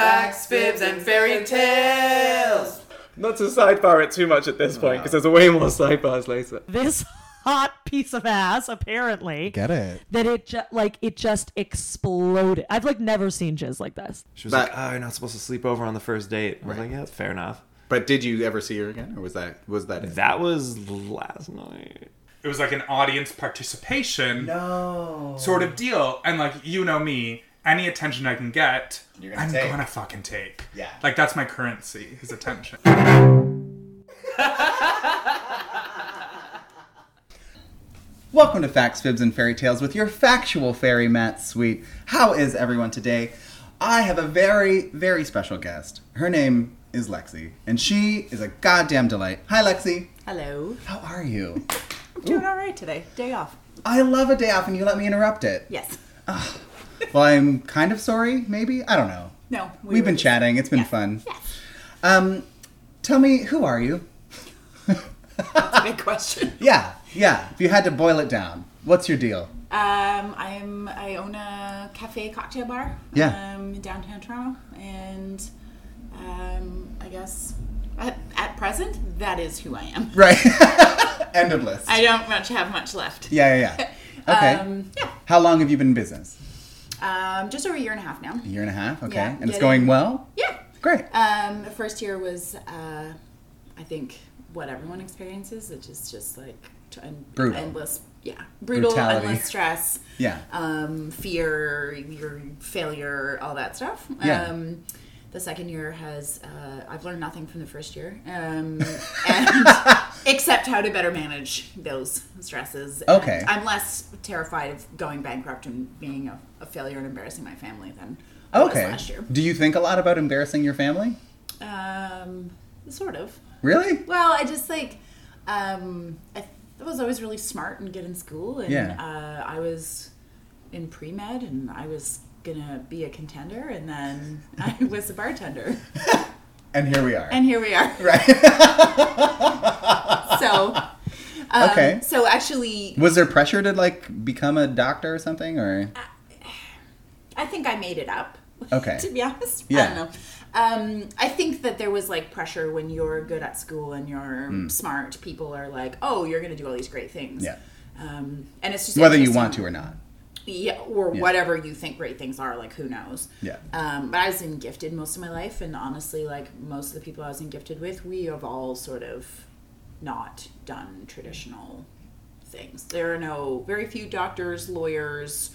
Facts, fibs, and fairy tales. Not to sidebar it too much at this point, because there's way more sidebars later. This hot piece of ass, apparently, Get it? that it ju- like it just exploded. I've like never seen jizz like this. She was But- like, "Oh, you're not supposed to sleep over on the first date." I was like, "Yeah, that's fair enough." But did you ever see her again, or was that was that it? That was last night. It was like an audience participation No. sort of deal. And like, you know me, any attention I can get, You're gonna I'm take. gonna fucking take. Yeah. Like, that's my currency, his attention. Welcome to Facts, Fibs, and Fairy Tales with your factual fairy, Matt Sweet. How is everyone today? I have a very, very special guest. Her name is Lexi, and she is a goddamn delight. Hi, Lexi. Hello. How are you? Doing all right today. Day off. I love a day off, and you let me interrupt it. Yes. Well, I'm kind of sorry, maybe? I don't know. No. we We've were been just- chatting, it's been fun. Um, tell me, who are you? Big question. Yeah, yeah. If you had to boil it down, what's your deal? Um, I'm. I own a cafe cocktail bar. Yeah. Um, in downtown Toronto, and um, I guess at, at present that is who I am. Right. End of list. I don't much have much left. Yeah, yeah, yeah. Okay. Um, yeah. How long have you been in business? Um, just over a year and a half now. A year and a half, okay. Yeah, and it's getting- going well? Yeah. Great. Um, the first year was, uh, I think, what everyone experiences, which is just like t- un- Brutal. endless, yeah, brutal, Brutality. endless stress, Yeah. um, fear, your failure, all that stuff. Yeah. Um, the second year has, uh, I've learned nothing from the first year, um, and except how to better manage those stresses. And Okay. I'm less terrified of going bankrupt and being a, a failure and embarrassing my family than I was okay. last year. Do you think a lot about embarrassing your family? Um, sort of. Really? Well, I just like um, I th- was always really smart and good in school, and Yeah. uh, I was in pre med, and I was gonna be a contender, and then I was a bartender, And here we are. and here we are. Right. so. Um, Okay. So actually, was there pressure to like become a doctor or something or Uh, I think I made it up. Okay. to be honest, Yeah. I don't know. Um, I think that there was like pressure when you're good at school and you're smart. People are like, "Oh, you're going to do all these great things." Hmm. Yeah. Um, and it's just whether you interesting. want to or not? yeah, or whatever you think great things are. Like, who knows? Yeah. Um, but I've been gifted most of my life, and honestly, like most of the people I was in gifted with, we have all sort of not done traditional things. There are no very few doctors, lawyers,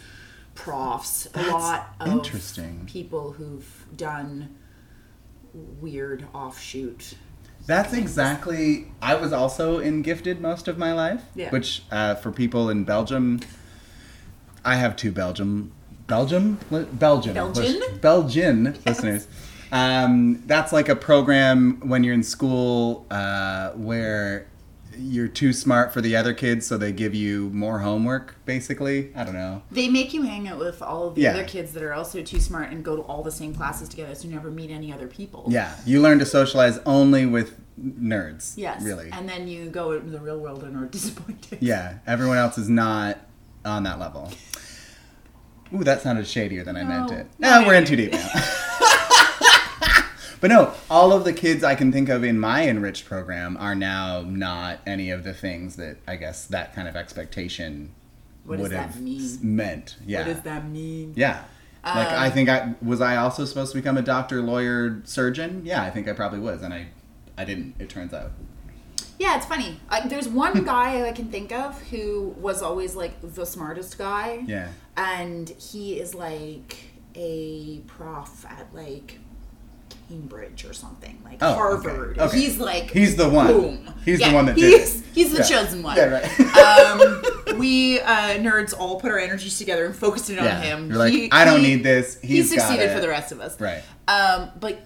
profs. a lot of interesting. people who've done weird offshoot. That's exactly. I was also in gifted most of my life, Yeah. which uh, for people in Belgium, I have two Belgium, Belgium, Li- Belgian, Belgian? lis- Belgian listeners. Um, that's like a program when you're in school uh, where you're too smart for the other kids, so they give you more homework. Basically, I don't know. They make you hang out with all of the Yeah. other kids that are also too smart and go to all the same classes together, so you never meet any other people. Yeah, you learn to socialize only with nerds. Yes. really. And then you go out into the real world and are disappointed. Yeah, everyone else is not on that level. Ooh, that sounded shadier than I Oh, meant it. No, we're in too deep now. but no, all of the kids I can think of in my enriched program are now not any of the things that I guess that kind of expectation What does would that have mean? s- meant. Yeah. What does that Um, mean? Yeah. Like I think I was I also supposed to become a doctor, lawyer, surgeon? Yeah, I think I probably was and I I didn't, it turns out. Yeah, it's funny. Like, there's one guy I can think of who was always like the smartest guy. Yeah. And he is like a prof at like Cambridge or something, like Oh, okay, Harvard. okay. He's like He's the one. boom. He's the Yeah, one that did he's, it. He's the Yeah. chosen one. Yeah, right. um, we uh, nerds all put our energies together and focused it on Yeah. him. You're like, He- "I don't he- need this. He He's got succeeded it." for the rest of us. Right. Um, but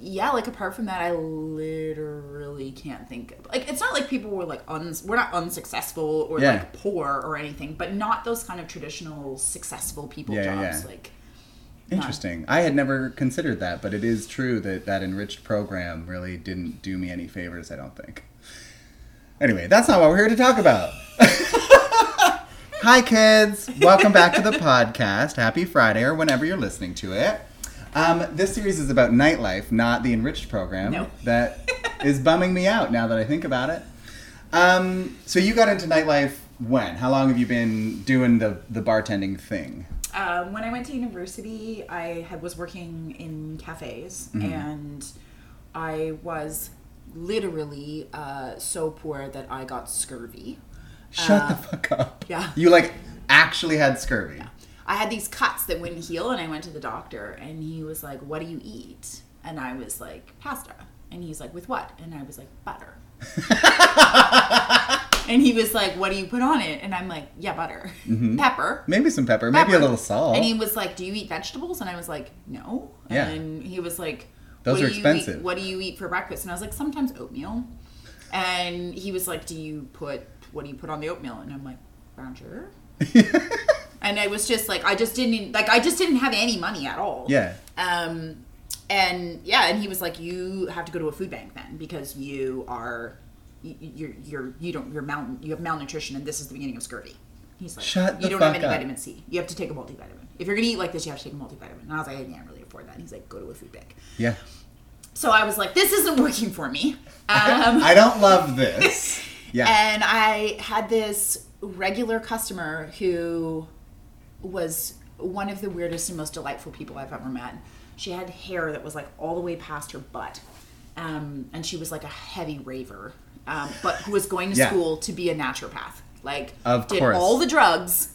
yeah, like apart from that, I literally can't think of like it's not like people were like uns we're not unsuccessful or Yeah. like poor or anything, but not those kind of traditional successful people Yeah, yeah, jobs yeah. like Interesting. I had never considered that, but it is true that that enriched program really didn't do me any favors, I don't think. Anyway, that's not what we're here to talk about. Hi, kids. Welcome back to the podcast. Happy Friday or whenever you're listening to it. Um, this series is about nightlife, not the enriched program. No. That is bumming me out now that I think about it. Um, so you got into nightlife when? How long have you been doing the, the bartending thing? Um, when I went to university, I had, was working in cafes, and I was literally uh, so poor that I got scurvy. Shut the fuck up. Uh, yeah. You like actually had scurvy. I had these cuts that wouldn't heal, and I went to the doctor, and he was like, "What do you eat?" And I was like, "Pasta." And he's like, "With what?" And I was like, "Butter." and he was like, "What do you put on it?" And I'm like, "Yeah, butter, pepper." Maybe some pepper, maybe a pepper." little salt. And he was like, "Do you eat vegetables?" And I was like, "No." Oh. Yeah. And he was like, Those what are do you expensive. Eat, what do you eat for breakfast?" And I was like, "Sometimes oatmeal." And he was like, "Do you put what do you put on the oatmeal?" And I'm like, "Brown sugar." and I was just like, I just didn't like, I just didn't have any money at all. Yeah. Um, and yeah, and he was like, you have to go to a food bank then because you are, you- you're you're you don't you're mal you have malnutrition and this is the beginning of scurvy. He's like, Shut the you don't fuck have any up." vitamin C. You have to take a multivitamin. If you're gonna eat like this, you have to take a multivitamin. And I was like, I can't really afford that. And he's like, go to a food bank. Yeah. So I was like, this isn't working for me. Um, I don't love this. Yeah. and I had this regular customer who was one of the weirdest and most delightful people I've ever met. She had hair that was like all the way past her butt, um, and she was like a heavy raver, um, but who was going to Yeah. school to be a naturopath. Like, Of did course. all the drugs,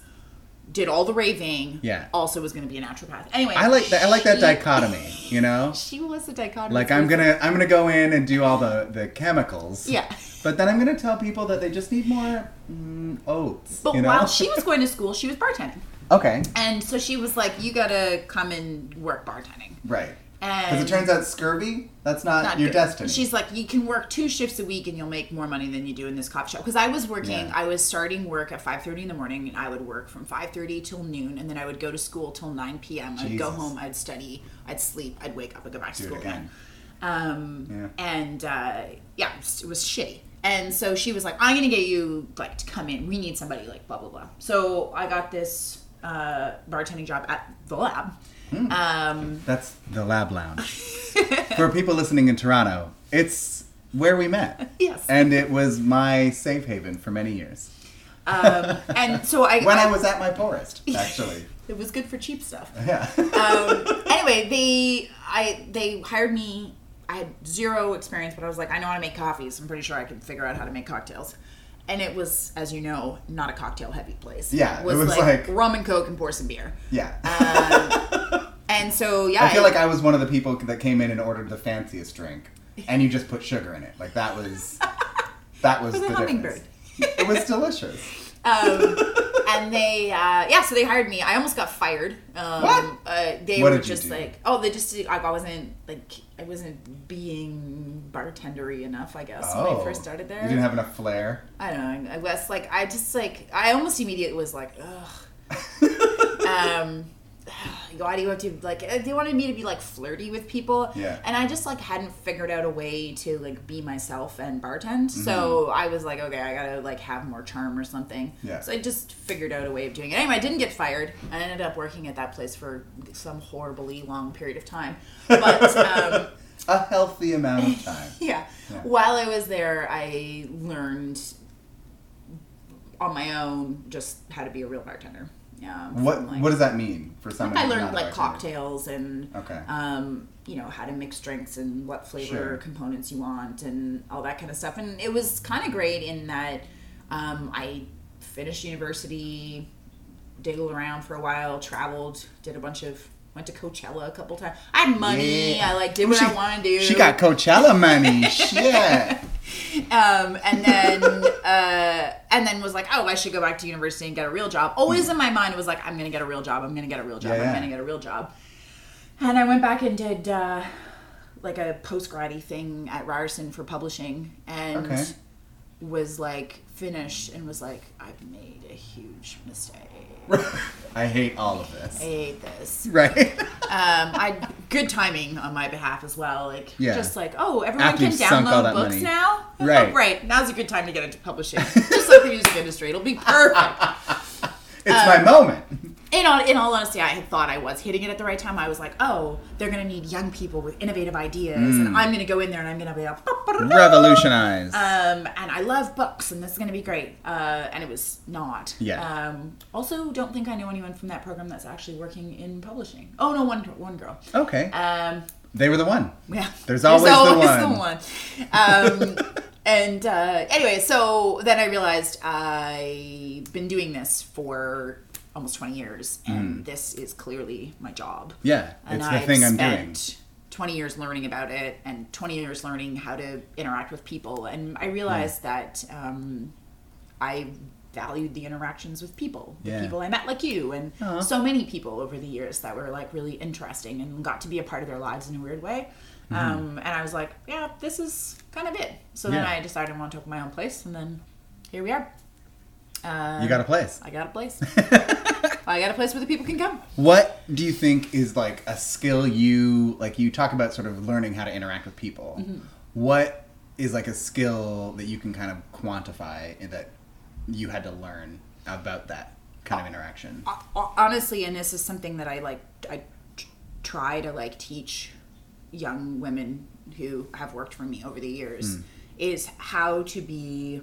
did all the raving. Yeah. Also was going to be a naturopath. Anyway, I like that I like that she- dichotomy, you know? She was a dichotomy. Like I'm gonna I'm gonna go in and do all the, the chemicals. Yeah. But then I'm gonna tell people that they just need more mm, oats. But you know? while she was going to school, she was bartending. okay, And so she was like, "You gotta come and work bartending." right? Because And it turns out scurvy that's not, not your good. destiny. She's like, "You can work two shifts a week, and you'll make more money than you do in this coffee shop." Because I was working, Yeah. I was starting work at five thirty in the morning, and I would work from five thirty till noon, and then I would go to school till nine p.m. I'd go Jesus. home, I'd study, I'd sleep, I'd wake up, I'd go back to Do it school again. again. Um, Yeah. And uh, yeah, it was- it was shitty. And so she was like, "I'm gonna get you like to come in. We need somebody like blah blah blah." So I got this uh, bartending job at the lab. Um, that's the lab lounge. For people listening in Toronto, it's where we met. Yes. And it was my safe haven for many years um, and so I when I was at my poorest, actually. it was good for cheap stuff. yeah. Um, anyway, they I they hired me. I had zero experience, but I was like, I know how to make coffees. I'm pretty sure I can figure out how to make cocktails. And it was, as you know, not a cocktail heavy place. Yeah, it was, it was like, like- rum and coke and pour some beer. yeah. And so yeah, I feel like I was one of the people that came in and ordered the fanciest drink, and you just put sugar in it. Like that was that was, It was a the hummingbird. difference. It was delicious. and they uh, yeah, so they hired me. I almost got fired. Um, What? Uh, they What were did you just do? like, oh, they just I wasn't like I wasn't being bartendery enough, I guess, when I first started there. Oh. you didn't have enough flair. I don't know. I guess like I just like I almost immediately was like, ugh. um, why do you have to like? uh, They wanted me to be like flirty with people, Yeah. And I just like hadn't figured out a way to like be myself and bartend. So I was like, okay, I gotta like have more charm or something. Mm-hmm. Yeah. So I just figured out a way of doing it. Anyway, I didn't get fired. I ended up working at that place for some horribly long period of time, but. Um, A healthy amount of time. yeah. While I was there, I learned on my own just how to be a real bartender. Yeah. What what does that mean for someone? I who's learned not a like bartender? cocktails and Okay. um, you know how to mix drinks and what flavor Sure. components you want and all that kind of stuff. And it was kind of great in that um, I finished university, diggled around for a while, traveled, did a bunch of went to Coachella a couple times. I had money. Yeah. I like did what She- I wanted to do. She got Coachella money. Shit. Um, and then uh, and then was like, oh, I should go back to university and get a real job. Always in my mind, it was like, I'm gonna get a real job. I'm gonna get a real job. Yeah, I'm yeah. gonna get a real job. And I went back and did uh, like a post grady thing at Ryerson for publishing, and Okay. was like finished and was like, I've made a huge mistake. I hate all of I this. hate this. Right. Um, I good timing on my behalf as well. Like Yeah. just like oh, everyone After can you've sunk download all that books money. now. Right. right. Now's a good time to get into publishing. just like the music industry, it'll be perfect. It's my moment. in all, in all honesty, I had thought I was hitting it at the right time. I was like, oh, they're going to need young people with innovative ideas, Hmm. and I'm going to go in there and I'm going to be like, Revolutionize. um, and I love books, and this is going to be great. Uh, and it was not. Yeah. Um, also, don't think I know anyone from that program that's actually working in publishing. Oh no, one one girl. okay. Um, they were the one. yeah. There's always the one. one. Um, and uh, anyway, so then I realized I've been doing this for almost 20 years, Mm. and this is clearly my job. Yeah, And it's the I've thing I'm doing. spent 20 years learning about it and 20 years learning how to interact with people. And I realized that um, I valued the interactions with people, the Yeah. people I met like you, and so many people over the years that were like really interesting and got to be a part of their lives in a weird way. Mm-hmm. Um, and I was like, yeah, this is kind of it. So then Yeah. I decided I want to open my own place, and then here we are. Uh, You got a place. I got a place. I got a place where the people can come. What do you think is like a skill you like? You talk about sort of learning how to interact with people. Mm-hmm. What is like a skill that you can kind of quantify and that you had to learn about that kind of interaction? ho- honestly and this is something that i like i t- try to like teach young women who have worked for me over the years Hmm. is how to be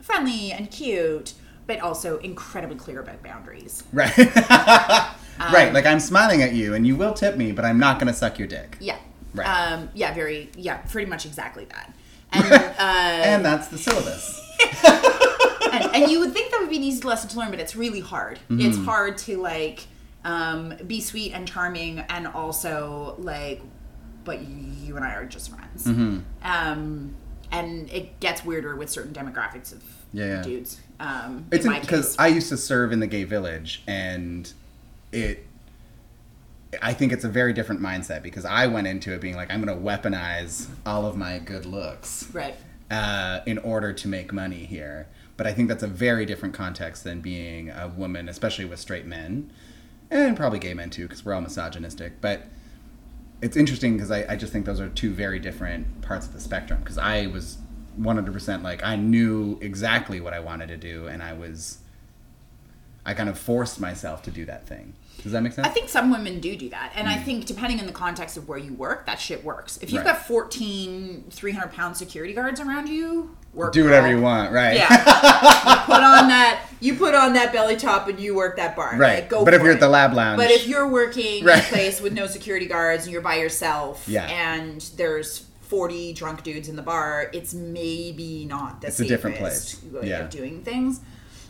friendly and cute but also incredibly clear about boundaries Right. um, right. Like I'm smiling at you, and you will tip me, but I'm not gonna suck your dick. yeah Right. um yeah very yeah pretty much exactly that and uh And that's the syllabus. and, and you would think that would be an easy lesson to learn, but it's really hard. Mm-hmm. It's hard to like um, be sweet and charming, and also like, but you and I are just friends. Mm-hmm. Um, and it gets weirder with certain demographics of Yeah, yeah. dudes. Um, It's in my because case, I used to serve in the gay village, and it. I think it's a very different mindset because I went into it being like, I'm going to weaponize all of my good looks right? uh, in order to make money here. But I think that's a very different context than being a woman, especially with straight men, and probably gay men too, because we're all misogynistic. But it's interesting because I, I just think those are two very different parts of the spectrum. Because I was 100% like, I knew exactly what I wanted to do, and I was, I kind of forced myself to do that thing. Does that make sense? I think some women do do that. And I think, depending on the context of where you work, that shit works. If you've Mm-hmm. Right. got 14 300 pound security guards around you, work do whatever well. you want, right? Yeah. you put on that you put on that belly top and you work that bar. Right. Like, go but if for you're it. at the lab lounge, But if you're working in Right. a place with no security guards and you're by yourself Yeah. and there's 40 drunk dudes in the bar, it's maybe not the It's a different safest place. way Yeah. of doing things.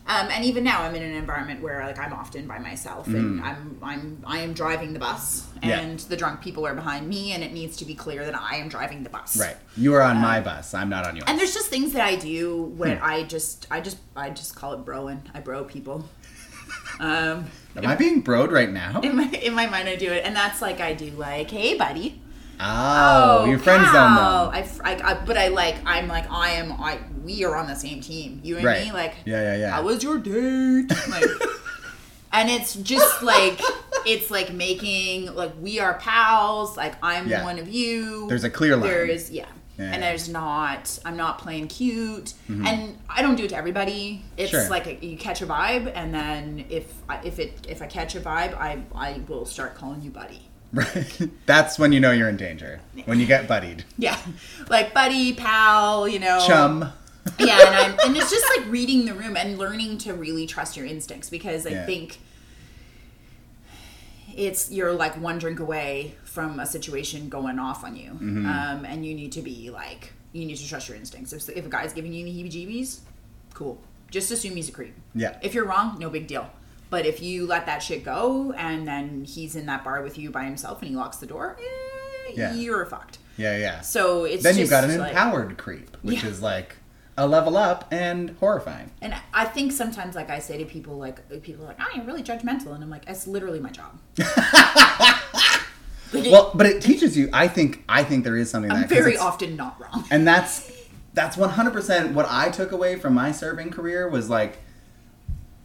Um, and even now, I'm in an environment where like I'm often by myself, and I'm I'm I am driving the bus, Mm. Yeah. and the drunk people are behind me, and it needs to be clear that I am driving the bus. right, you are on my bus. I'm not on yours. And there's just things that I do when I just I just I just call it broing. I bro people. Um, Am I being broed right now? in my in my mind, I do it, and that's like I do like, hey buddy. Oh, your friend zone cow. them. I, fr- I, I- but I like I'm like I am I we are on the same team. You and Right. me like Yeah, yeah, yeah. How was your date? Like, and it's just like it's like making like we are pals. Like I'm Yeah. one of you. There's a clear line. There is yeah. Yeah. Mm-hmm. And there's not. I'm not playing cute, and I don't do it to everybody. It's Sure. like a, you catch a vibe, and then if I, if it if I catch a vibe, I I will start calling you buddy. Right. That's when you know you're in danger. When you get buddied. Yeah, like buddy, pal, you know, Chum. yeah, and I'm, and it's just like reading the room and learning to really trust your instincts because I Yeah. think it's you're like one drink away from a situation going off on you, Mm-hmm. um, and you need to be like you need to trust your instincts. If, if a guy's giving you the heebie-jeebies, cool, just assume he's a creep. Yeah. If you're wrong, no big deal. But if you let that shit go and then he's in that bar with you by himself and he locks the door, eh, Yeah. you're fucked. Yeah, yeah. So it's then you've got just, an like- empowered creep, which Yeah. is like a level up and horrifying. And I think sometimes, like I say to people, like people are like, "Oh, you're really judgmental," and I'm like, "That's literally my job." Like, Well, but it teaches you I think I think there is something I'm that 'cause very it's- often not wrong. And that's that's 100% what I took away from my serving career was like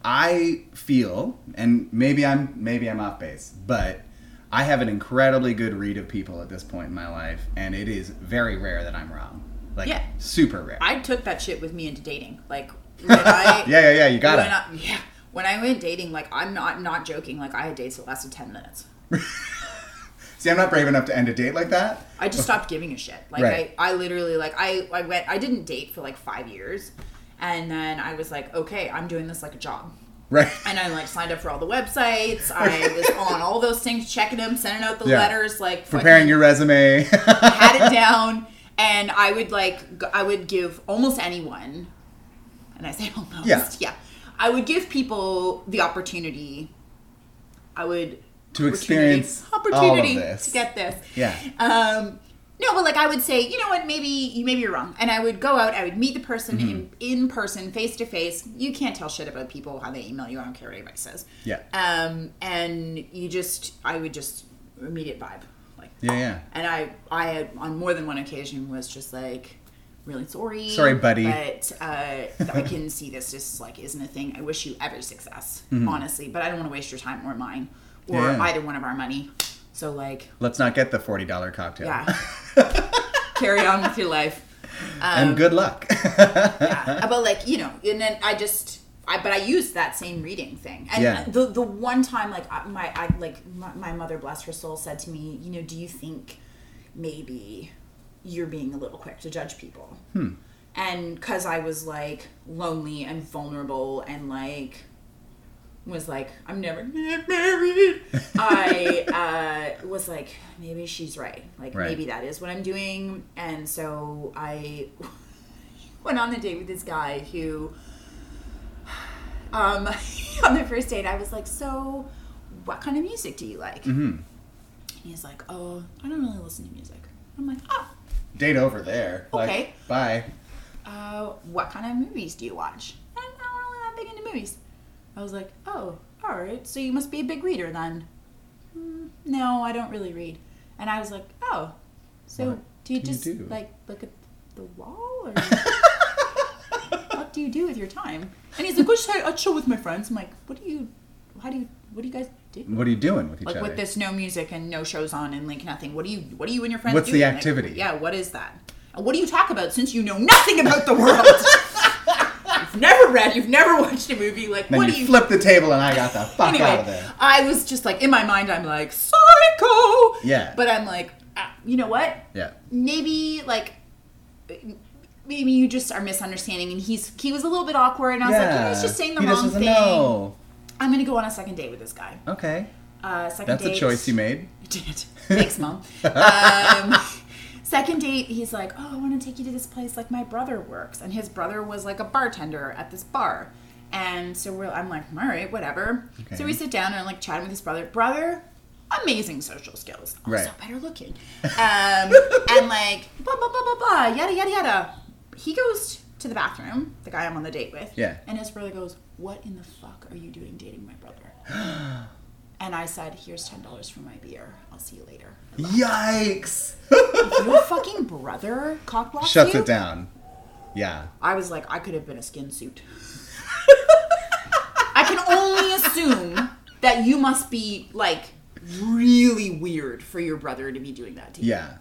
I feel and maybe I'm maybe I'm off base, but I have an incredibly good read of people at this point in my life and it is very rare that I'm wrong. Like Yeah. super rare. I took that shit with me into dating. Like, when I, yeah, yeah, yeah, you got when it. I- yeah, When I went dating, like I'm not not joking, like I had dates that lasted ten minutes. See, I'm not brave enough to end a date like that. I just stopped giving a shit. Like Right. I, I literally like I, I went I didn't date for like five years. And then I was like, okay, I'm doing this like a job. Right. And I like signed up for all the websites. I was on all those things, checking them, sending out the Yeah. letters, like Preparing fucking- your resume. had it down, and I would like g- I would give almost anyone, and I say almost, Yeah. yeah, I would give people the opportunity. I would To opportunity- experience all of this. to get this. Yeah. Um, no, but like I would say, you know what? Maybe you maybe you're wrong, and I would go out. I would meet the person Mm-hmm. in, in person, face to face. You can't tell shit about people how they email you. I don't care what anybody says. Yeah. Um, and you just, I would just immediate vibe, like yeah, yeah. and I, I had on more than one occasion was just like, really sorry, Sorry, buddy. but uh, I can see this just like isn't a thing. I wish you every success, honestly, but I don't want to waste your time or mine or Mm-hmm. Yeah. either one of our money. So like, Let's not get the $40 cocktail. yeah, carry on with your life. Um, and good luck. yeah. But like, you know, and then I just I but I used that same reading thing. And Yeah. the the one time like I- my I like my, my mother bless her soul said to me, you know, do you think maybe you're being a little quick to judge people? Hmm. And cuz I was like lonely and vulnerable and like was like, I'm never gonna get married. I uh, was like, maybe she's right. Like, Right. maybe that is what I'm doing. And so I went on the date with this guy who, um, on the first date, I was like, so what kind of music do you like? And he's like, oh, I don't really listen to music. I'm like, oh, Date over there. Like, Okay. bye. uh, what kind of movies do you watch? I'm not really that big into movies. I was like, oh, all right, so you must be a big reader then. "Mm, no, I don't really read. And I was like, oh, so What do you do you just do?" like look at the wall or what do you do with your time? And he's like, well, just, I, I chill with my friends. I'm like, what do you, how do you, what do you guys do? What are you doing with each Like other? with this no music and no shows on and like nothing. What do you, what do you and your friends What's do? the Like, activity? yeah, what is that? And what do you talk about since you know nothing about the world? you've never read, you've never watched a movie. Like, Then what you, do you? flip the table and I got the fuck anyway, out of there. I was just like in my mind, I'm like psycho. Yeah. But I'm like, ah, you know what? Yeah. Maybe like, maybe you just are misunderstanding. And he's he was a little bit awkward, and I was like, he was just saying the He just wrong doesn't thing. know. I'm gonna go on a second date with this guy. Okay. Uh, second That's date. a choice you made. I did. Thanks, mom. um, second date, he's like, "Oh, I want to take you to this place. Like my brother works, and his brother was like a bartender at this bar." And so we're, I'm like, "All right, whatever." Okay. So we sit down and like chatting with his brother. Brother, amazing social skills. Also Right. better looking. Um, and like blah blah blah blah blah yada yada yada. He goes to the bathroom. The guy I'm on the date with. Yeah. And his brother goes, "What in the fuck are you doing dating my brother?" And I said, "Here's ten dollars for my beer. I'll see you later." Yikes. Your fucking brother cockblocks Shuts you? it down. Yeah. I was like, I could have been a skin suit. I can only assume that you must be like really weird for your brother to be doing that to you. Yeah.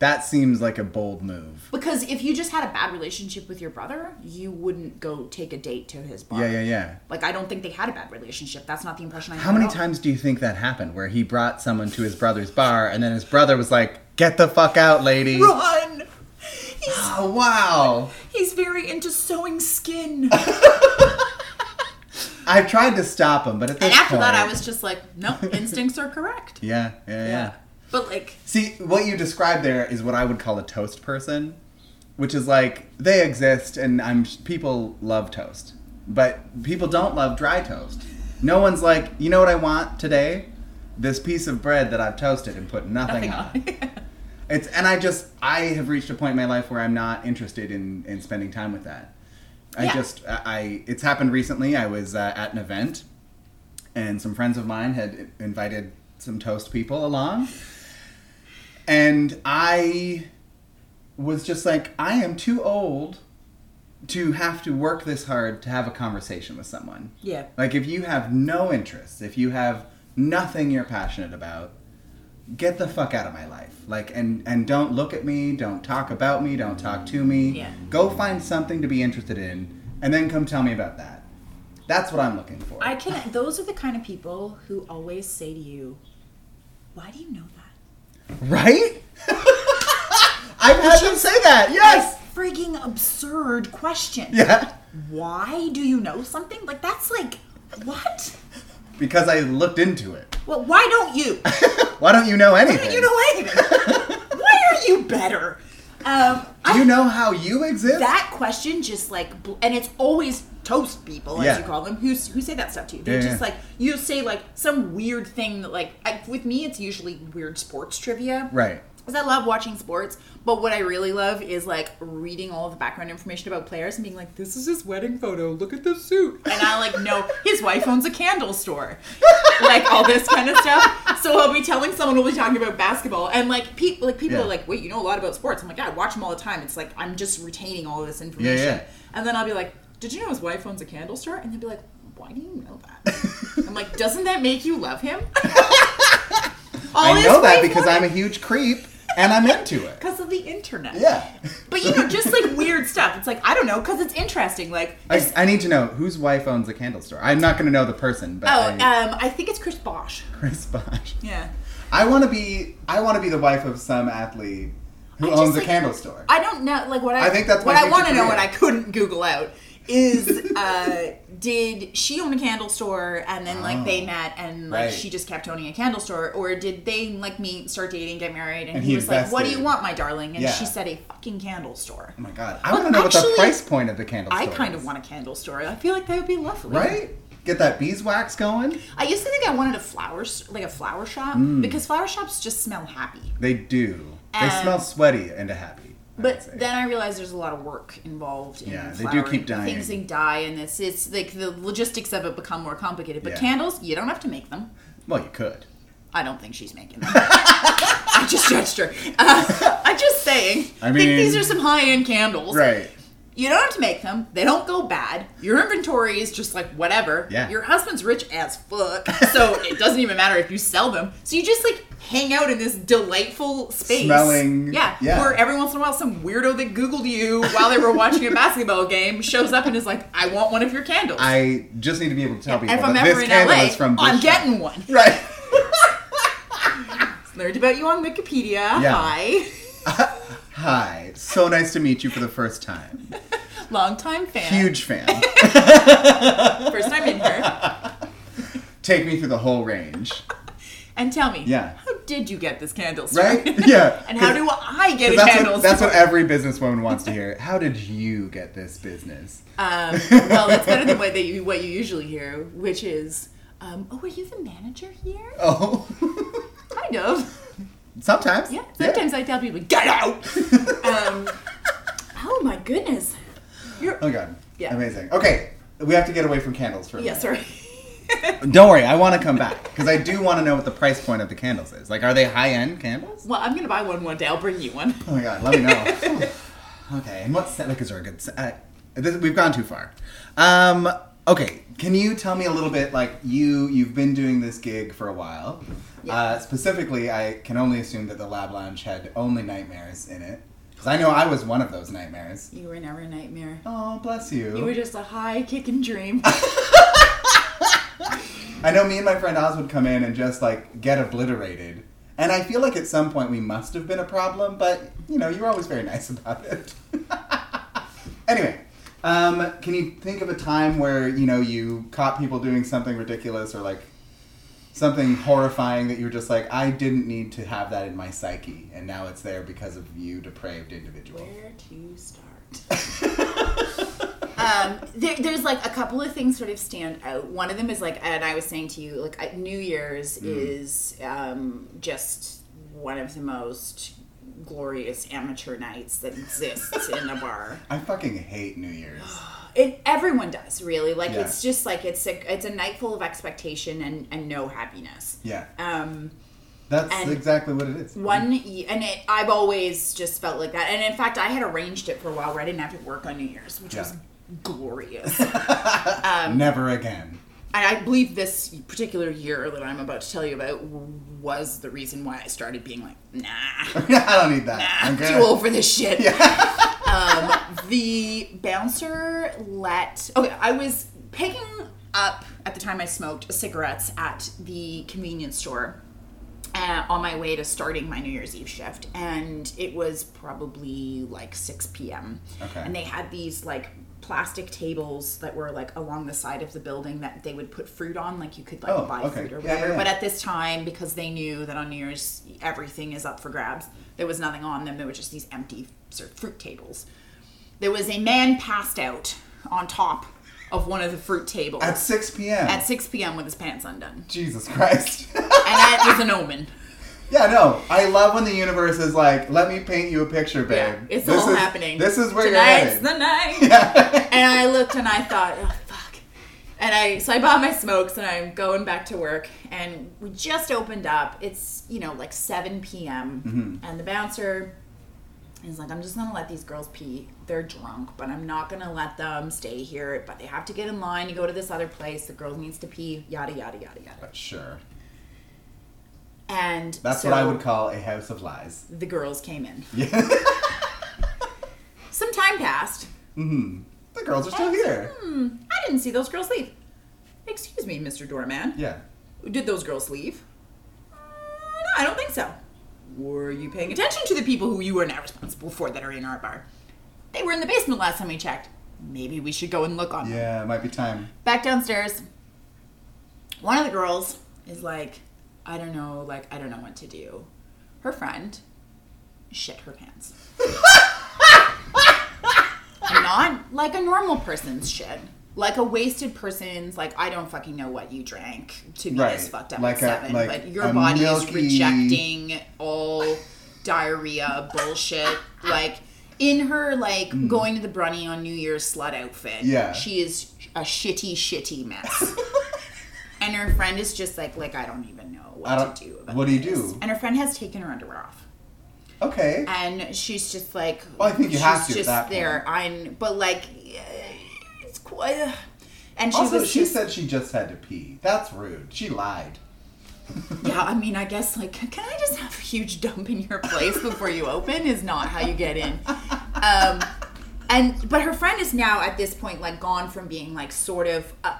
That seems like a bold move. Because if you just had a bad relationship with your brother, you wouldn't go take a date to his bar. Yeah, yeah, yeah. Like I don't think they had a bad relationship. That's not the impression I How had at many all. times do you think that happened where he brought someone to his brother's bar and then his brother was like, get the fuck out, lady? Run! He's, Oh, wow. he's very into sewing skin. I tried to stop him, but at this And after point, that, I was just like, no, instincts are correct. Yeah, yeah, yeah. But like, See, what you described there is what I would call a toast person, which is like they exist, and I'm people love toast, but people don't love dry toast. No one's like, you know what I want today? This piece of bread that I've toasted and put nothing, on. it. It's and I just I have reached a point in my life where I'm not interested in in spending time with that. I Yeah. just I, I it's happened recently. I was uh, at an event and some friends of mine had invited some toast people along. And I was just like, I am too old to have to work this hard to have a conversation with someone. yeah. Like, if you have no interest, if you have nothing you're passionate about, get the fuck out of my life. Like, and, and don't look at me, don't talk about me, don't talk to me. Yeah. Go find something to be interested in, and then come tell me about that. That's what I'm looking for. I can. Those are the kind of people who always say to you, "Why do you know that?" right? I've had them say that. Yes. Frigging absurd question. Yeah. Why do you know something? Like that's like what? Because I looked into it. Well, why don't you? Why don't you know anything? you know anything? why are you better? Um, I Do you know how you exist? that question just like bl- and it's always toast people as Yeah. you call them who, s- who say that stuff to you they're Yeah, just yeah. like you say like some weird thing that like I, with me it's usually weird sports trivia right. because I love watching sports, but what I really love is like reading all the background information about players and being like, "This is his wedding photo. Look at this suit." And I like know his wife owns a candle store, like all this kind of stuff. So I'll be telling someone we'll be talking about basketball, and like people, like people Yeah. are like, "Wait, you know a lot about sports?" I'm like, "Yeah, I watch them all the time." It's like I'm just retaining all of this information, yeah. and then I'll be like, "Did you know his wife owns a candle store?" And they'll be like, "Why do you know that?" I'm like, "Doesn't that make you love him?" All I his know that wife because wanted- I'm a huge creep and I'm into it. because of the internet. Yeah. But you know, just like weird stuff. It's like I don't know because it's interesting. Like, I, it's- I need to know whose wife owns the candle store. I'm not going to know the person, but oh, I, um, I think it's Chris Bosch. Chris Bosh. Yeah. I want to be. I want to be the wife of some athlete who I owns just, a like- candle store. I don't know. Like what I, I think that's what my I want to future know. What I career. couldn't Google out is uh, did she own a candle store and then like they met and like Oh. Right. she just kept owning a candle store or did they like meet, start dating, get married, and, And he he was like, "What do you invested. want, my darling?" And Yeah. she said, "A fucking candle store." oh my god! I Well, want to know what actually, the price point of the candle I store. kind is. of want a candle store. I feel like that would be lovely, Right? Get that beeswax going. I used to think I wanted a flower, s- like a flower shop, Mm. because flower shops just smell happy. They do. Um, they smell sweaty and happy. I would But say. then I realized there's a lot of work involved. In Yeah, they do flowering. keep dying. Things they die, and it's it's like the logistics of it become more complicated. But Yeah. candles, you don't have to make them. well, you could. I don't think she's making them. I just judged her. Uh, I'm just saying. I think these mean- are some high-end candles. Right. You don't have to make them. They don't go bad. Your inventory is just like whatever. Yeah. Your husband's rich as fuck, so it doesn't even matter if you sell them. So you just like hang out in this delightful space, Smelling- Yeah. yeah. Where every once in a while, some weirdo that Googled you while they were watching a basketball game shows up and is like, "I want one of your candles." I just need to be able to tell and people if I'm that ever this in candle LA, is from this I'm shop. getting one. Right. Learned about you on Wikipedia. Yeah. Hi, Hi. So nice to meet you for the first time. longtime fan. Huge fan. First time in here. Take me through the whole range. And tell me, Yeah. how did you get this candle? store? Right? Yeah. And how do I get a that's candle? what, that's store? what every businesswoman wants to hear. How did you get this business? Um, well, that's better than what, they, what you usually hear, which is, um, oh, are you the manager here? Oh, Kind of. sometimes. Yeah. Sometimes I tell people, get out. um, oh my goodness. You're. Oh god. Yeah. Amazing. Okay, we have to get away from candles for a Yeah. minute. Sorry. Don't worry, I want to come back because I do want to know what the price point of the candles is. Like, are they high end candles? Well, I'm gonna buy one one day. I'll bring you one. Oh my god, let me know. okay, and what set? Like, is there a good set? Uh, this, we've gone too far. Um, okay, can you tell me a little bit? Like, you you've been doing this gig for a while. Uh, specifically, I can only assume that the Lab Lounge had only nightmares in it because I know I was one of those nightmares. You were never a nightmare. Oh, bless you. You were just a high kicking dream. I know me and my friend Oz would come in and just like get obliterated. And I feel like at some point we must have been a problem, but you know, you're always very nice about it. anyway, um, can you think of a time where, you know, you caught people doing something ridiculous or like something horrifying that you were just like, I didn't need to have that in my psyche, and now it's there because of you, depraved individual? Where to start? um, there, there's like a couple of things sort of stand out. One of them is like, and I was saying to you, like I- New Mm. Year's is um, just one of the most glorious amateur nights that exists in a bar. I fucking hate New Year's. It everyone does really. Like Yeah. it's just like it's a it's a night full of expectation and and no happiness. Yeah, Um, that's and- exactly what it is. one ye- and it, I've always just felt like that. And in fact, I had arranged it for a while where I didn't have to work on New Year's, which Yeah. was glorious. and Never again. I believe this particular year that I'm about to tell you about was the reason why I started being like, nah, I don't need that. I'm I'm good. too old for this shit. um, the bouncer let. Okay, I was picking up at the time I smoked cigarettes at the convenience store uh, on my way to starting my New Year's Eve shift, and it was probably like 6 p.m. Okay. And they had these like plastic tables that were like along the side of the building that they would put fruit on, like you could like Oh, buy okay. fruit or Yeah, whatever. yeah, yeah. But at this time, because they knew that on New Year's everything is up for grabs, there was nothing on them. There were just these empty sort of fruit tables. There was a man passed out on top of one of the fruit tables At 6 p.m. at 6 p.m. with his pants undone. Jesus Christ. And that was an omen. yeah, no. I love when the universe is like, let me paint you a picture, babe. Yeah, it's This all is- happening. This is where Tonight's you're the night. headed. And I looked and I thought, oh, fuck. And I, so I bought my smokes and I'm going back to work. And we just opened up. It's, you know, like 7 p.m. Mm-hmm. And the bouncer is like, I'm just going to let these girls pee. They're drunk, but I'm not going to let them stay here. But they have to get in line to go to this other place. The girl needs to pee, yada, yada, yada, yada. sure. And That's so what I would call a house of lies. The girls came in. Yeah. Some time passed. the girls are still here. I didn't see those girls leave. Excuse me, Mr. Doorman. Yeah. Did those girls leave? Uh, No, I don't think so. Were you paying attention to the people who you are now responsible for that are in our bar? They were in the basement last time we checked. Maybe we should go and look on them Yeah, it might be time. back downstairs one of the girls is like i don't know like i don't know what to do her friend shit her pants not like a normal person's shit like a wasted person's like i don't fucking know what you drank to be this Right. fucked up Like at a- seven like but your a body is milky- rejecting all diarrhea bullshit like in her like going to the brunny on new year's slut outfit Hmm. Yeah. she is a shitty, shitty mess. and her friend is just like, like I don't even know what I don't- to do. About what do you this." do? And her friend has taken her underwear off, Okay. and she's just like, Well, I think you she's have to at just that there. I'm, but like, eh, it's quite. And she also, was she just, said she just had to pee. That's rude. She lied. yeah. I mean, I guess like, can I just have a huge dump in your place before you open? Is not how you get in. Um, and but her friend is now at this point like gone from being like sort of uh,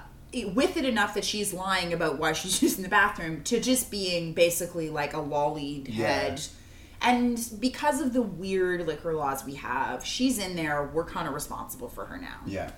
with it enough that she's lying about why she's using the bathroom to just being basically like a lollied head and because of the weird liquor laws we have she's in there we're kind of responsible for her now Yeah.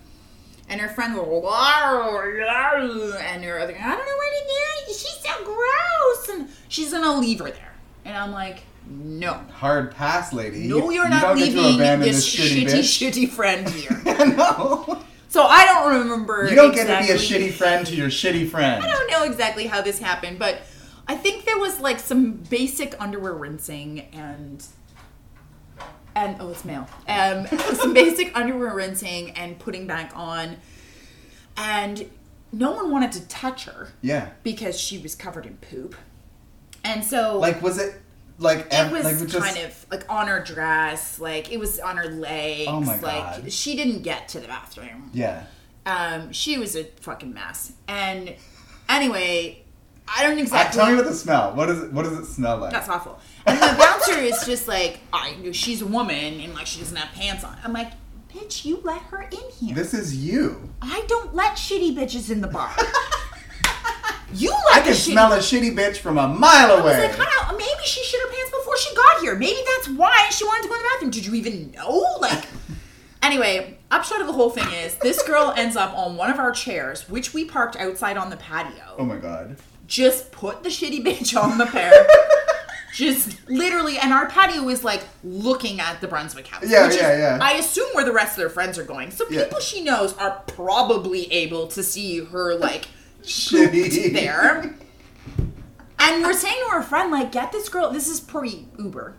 and her friend was like, "Wow," and her other, I don't know what to do. She's so gross, and she's gonna leave her there. And I'm like, no, Hard pass, lady. no, you're you not don't get to leaving abandon this shitty, bitch. shitty, friend here. no. so I don't remember. You don't exactly. get to be a shitty friend to your shitty friend. I don't know exactly how this happened, but I think there was like some basic underwear rinsing and and oh, it's male. Um, some basic underwear rinsing and putting back on, and no one wanted to touch her Yeah. because she was covered in poop, and so Like, was it like ev- it was like just kind of like on her dress, like it was on her legs. Oh my like God. she didn't get to the bathroom yeah. um, she was a fucking mess. And anyway, I don't Uh, exactly. tell me about the smell. What is it? What does it smell like? That's awful. And the bouncer is just like, I she's a woman and like she doesn't have pants on. I'm like, bitch, you let her in here. This is you. I don't let shitty bitches in the bar. you let I the can shitty. smell a shitty bitch from a mile I was away. like, how? Maybe she shit her pants before she got here. Maybe that's why she wanted to go in the bathroom. Did you even know? Like, anyway, upshot of the whole thing is this girl ends up on one of our chairs, which we parked outside on the patio. oh my god. just put the shitty bitch on the pair. just literally, and our patio is like looking at the Brunswick house. Yeah, is, yeah, yeah. I assume where the rest of their friends are going. So Yeah. people she knows are probably able to see her like Shitty. there. And we're saying to our friend, like, get this girl, this is pre Uber.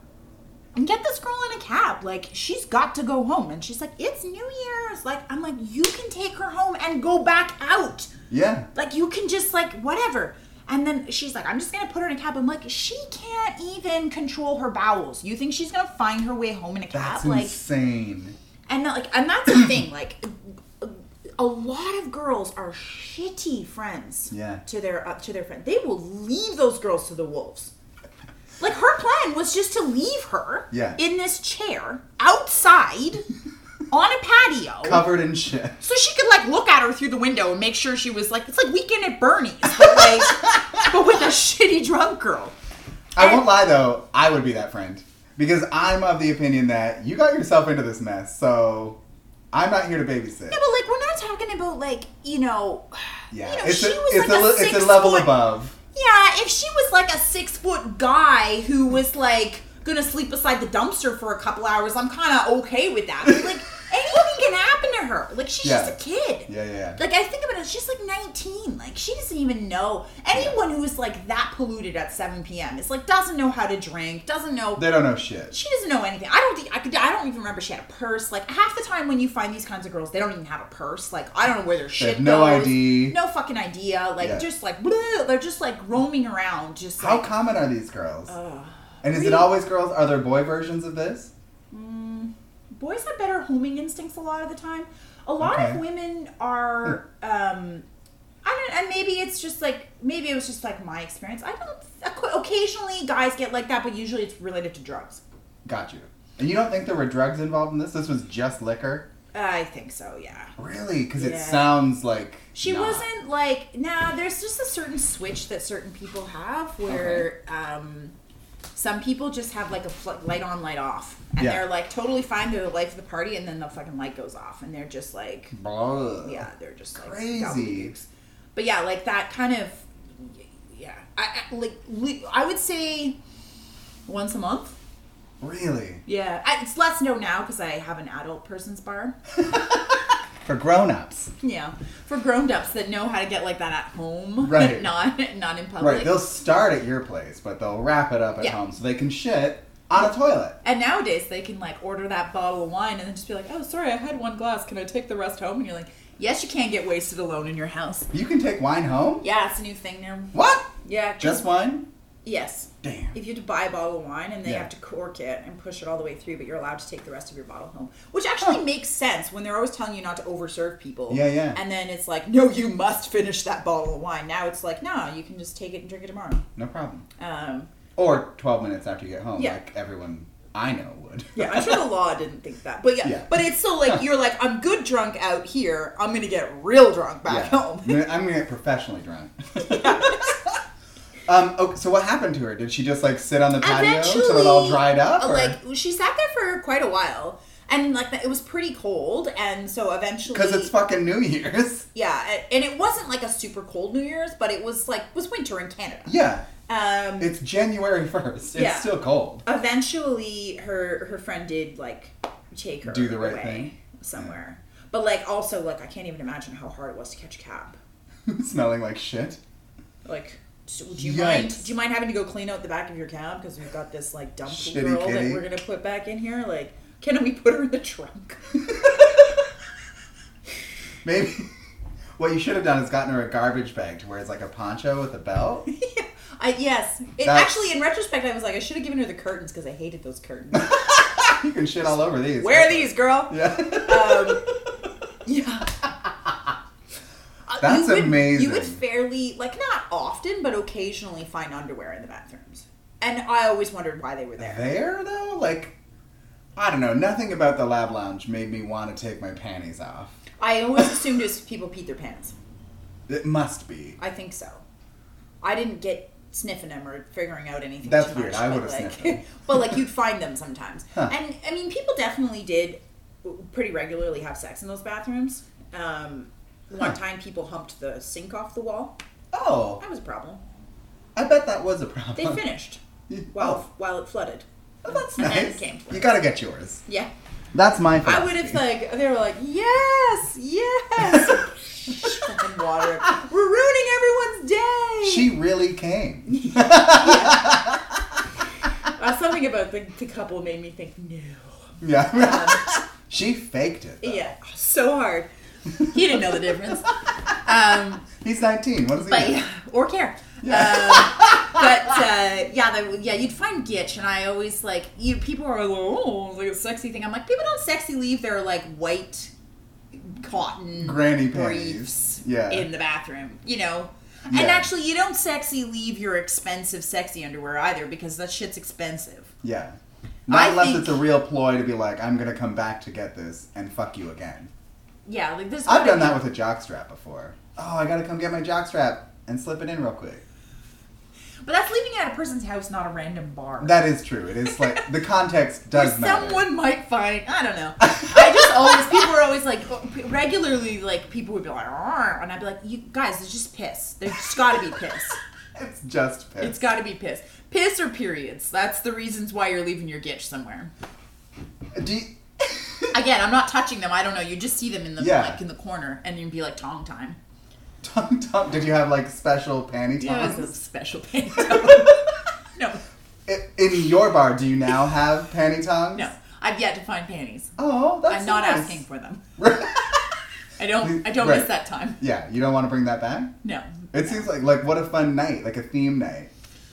And get this girl in a cab. Like, she's got to go home. And she's like, it's New Year's. Like, I'm like, you can take her home and go back out. Yeah. Like you can just like whatever. And then she's like, I'm just gonna put her in a cab. I'm like, she can't even control her bowels. You think she's gonna find her way home in a cab? That's like insane. and that, like and that's the thing, like a lot of girls are shitty friends Yeah. to their uh, to their friend. They will leave those girls to the wolves. Like her plan was just to leave her Yeah. in this chair outside on a patio. covered in shit. so she could like look at her through the window and make sure she was like it's like weekend at Bernie's, but like but with a shitty drunk girl. I won't lie though, I would be that friend because I'm of the opinion that you got yourself into this mess, so I'm not here to babysit. Yeah, but like we're not talking about like you know, Yeah, you know, it's she a, was it's like a, a, le- it's six a level foot- above. Yeah, if she was like a six foot guy who was like gonna sleep beside the dumpster for a couple hours, I'm kind of okay with that. But, like anything can happen to her. Like she's Yeah. just a kid. Yeah, yeah, yeah. Like I think about it, she's like 19. Like she doesn't even know anyone who is like that polluted at 7 p.m. is like doesn't know how to drink, doesn't know They don't know shit. she doesn't know anything. I don't think I could. I don't even remember she had a purse. Like half the time when you find these kinds of girls, they don't even have a purse. Like I don't know where their shit have no goes. ID. No fucking idea. Like Yeah. just like bleh, they're just like roaming around. Just How like, common are these girls? and is it always girls? Are there boy versions of this? boys have better homing instincts a lot of the time. A lot Okay. Hmm. of women are. Um, I don't. And maybe it's just like maybe it was just like my experience. I don't. occ- Occasionally, guys get like that, but usually it's related to drugs. Got you. And you don't think there were drugs involved in this? This was just liquor? I think so. Yeah. Really? Because it Yeah. sounds like. She not. wasn't like nah. There's just a certain switch that certain people have where um, some people just have like a fl- light on, light off, and Yeah. they're like totally fine. They're the life of the party, and then the fucking light goes off, and they're just like, Blah. yeah, they're just like Crazy. double dukes. But yeah, like that kind of yeah. I, I like li- I would say once a month. Really? Yeah, I, it's less no now because I have an adult person's bar. For grown ups. Yeah, for grown-ups that know how to get like that at home, Right. not not in public. Right. They'll start at your place, but they'll wrap it up at Yeah. home so they can shit on a toilet. and nowadays they can like order that bottle of wine and then just be like, "Oh, sorry, I had one glass. Can I take the rest home?" And you're like, "Yes, you can get wasted alone in your house." You can take wine home? Yeah, it's a new thing now. What? Yeah, Just wine? yes. Damn. If you have to buy a bottle of wine and they Yeah. have to cork it and push it all the way through, but you're allowed to take the rest of your bottle home, which actually makes sense when they're always telling you not to overserve people. Yeah, yeah. And then it's like, no, you must finish that bottle of wine. Now it's like, no, you can just take it and drink it tomorrow. No problem. Um, Or 12 minutes after you get home, Yeah. like everyone I know would. Yeah, I'm sure the law didn't think that, but yeah, Yeah. but it's so like you're like I'm good drunk out here. I'm gonna get real drunk back Yeah. I'm home. gonna- I'm gonna get professionally drunk. um. Okay, so what happened to her? Did she just like sit on the patio till it all dried up? uh, or- like she sat there for quite a while, and like it was pretty cold, and so eventually, Because it's fucking New Year's. yeah, and- and it wasn't like a super cold New Year's, but it was like it was winter in Canada. Yeah. Um, It's January 1st. It's Yeah. still cold. eventually her her friend did like take her Do the right away thing. somewhere, but like also like I can't even imagine how hard it was to catch a cab. Smelling like shit. Like, so do you mind? Yikes. Do you mind having to go clean out the back of your cab because we've got this like dump Shitty girl kitty. that we're gonna put back in here? Like, can we put her in the trunk? Maybe. What you should have done is gotten her a garbage bag to where it's like a poncho with a belt. I, yes. It, That's- actually, in retrospect, I was like, I should have given her the curtains because I hated those curtains. You can shit all over these. Wear these, girl. Yeah. Um, yeah. Uh, That's you would, You would amazing. fairly, like, not often, but occasionally find underwear in the bathrooms. And I always wondered why they were there. there though, like, I don't know. Nothing about the lab lounge made me want to take my panties off. I always assumed it was people peed their pants. It must be. I think so. I didn't get sniffing them or figuring out anything. That's too weird. Much, I but, would've like, sniffed them. but like you'd find them sometimes, Huh. and I mean, people definitely did pretty regularly have sex in those bathrooms. Um, Huh. One time, people humped the sink off the wall. Oh, That was a problem. I bet that was a problem. They finished Wow, while while it flooded. oh, that's And then it nice. came for You it. gotta get yours. Yeah, That's my fault. I would have like they were like yes, yes. Fucking water. We're ruining everyone's day. She really came. uh, something about the, the couple made me think no. Yeah. she faked it. though. Um, Yeah, so hard. He didn't know the difference. Um, He's 19. What is he? but do? yeah, or care. Um, but uh, yeah, the, yeah, you'd find Gitch, and I always like you. People are like, oh, it's like a sexy thing. I'm like, people don't sexy leave their like white cotton Granny briefs panties. Yeah. in the bathroom, you know. Yeah. And actually, you don't sexy leave your expensive sexy underwear either because that shit's expensive. yeah. Not I unless think- it's a real ploy to be like, I'm gonna come back to get this and fuck you again. Yeah, like this. I've done that with a jockstrap before. Oh, I gotta come get my jockstrap and slip it in real quick. But that's leaving it at a person's house, not a random bar. That is true. It is like the context Or does matter. someone might find. I don't know. I just always people are always like oh, regularly like people would be like, "Arr," and I'd be like, you guys, it's just piss. There's just got to be piss. It's just piss. It's got to be piss. Piss or periods. That's the reasons why you're leaving your gitch somewhere. Do you- Again, I'm not touching them. I don't know. You just see them in the Yeah. like in the corner, and you'd be like tong time. Tom Tom, did you have like special panty Yeah, tongs? it's a special panty. no, I- In your bar, do you now have panty tongs? no. I've yet to find panties. Oh, that's I'm not nice. asking for them. Right. I don't. I don't Right. miss that time. yeah, you don't want to bring that back. No. It seems like like what a fun night, like a theme night.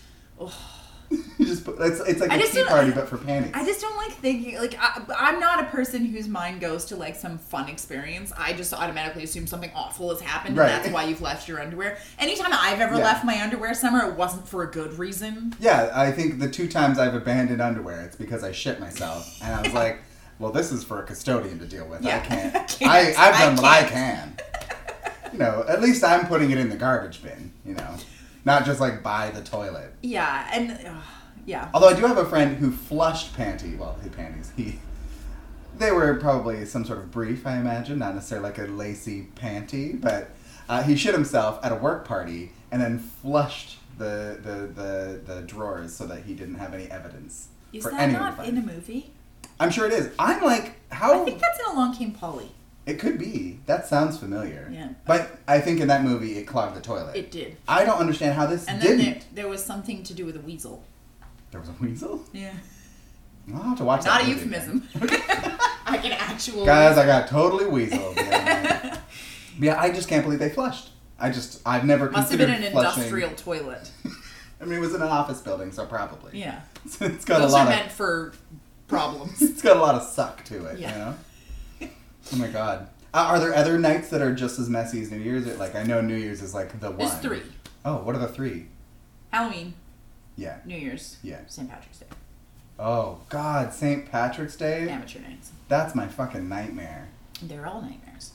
you just put, it's it's like I a just tea don't- party but for panties. I just don't like thinking like I, I'm not a person whose mind goes to like some fun experience. I just automatically assume something awful has happened, Right. and that's why you've left your underwear. Anytime I've ever Yeah. left my underwear somewhere, it wasn't for a good reason. yeah, I think the two times I've abandoned underwear, it's because I shit myself, and I was like, well, this is for a custodian to deal with. Yeah, I can't. I can't. I, I've I done what I can. you know, at least I'm putting it in the garbage bin. You know, not just like by the toilet. Yeah, and ugh, yeah, Although I do have a friend who flushed panty. Well, his panties. He. They were probably some sort of brief, I imagine, not necessarily like a lacy panty, but uh, he shit himself at a work party and then flushed the the, the, the drawers so that he didn't have any evidence is for that anyone. to not find. in a movie? I'm sure it is. I'm like, I how? think that's in Along Came Polly. It could be. That sounds familiar. Yeah. But I think in that movie it clogged the toilet. It did, I don't understand how this and then didn't. there, there was something to do with a weasel. There was a weasel. Yeah, I'll have to watch not that. a movie again. euphemism. like an actual Guys, I got totally weaseled. the other night. yeah, I just can't believe they flushed. I just, I've never Must have considered been an flushing. industrial toilet. I mean, it was in an office building, so probably. Yeah, So it's got those a lot are of, meant for problems. it's got a lot of suck to it. Yeah. You know. oh my god. Uh, are there other nights that are just as messy as New Year's? Or, like, I know New Year's is like the one. There's three: Oh, what are the three? Halloween, Yeah, New Year's, yeah. St. Patrick's Day, Oh God, St. Patrick's Day. amateur nights. That's my fucking nightmare. They're all nightmares.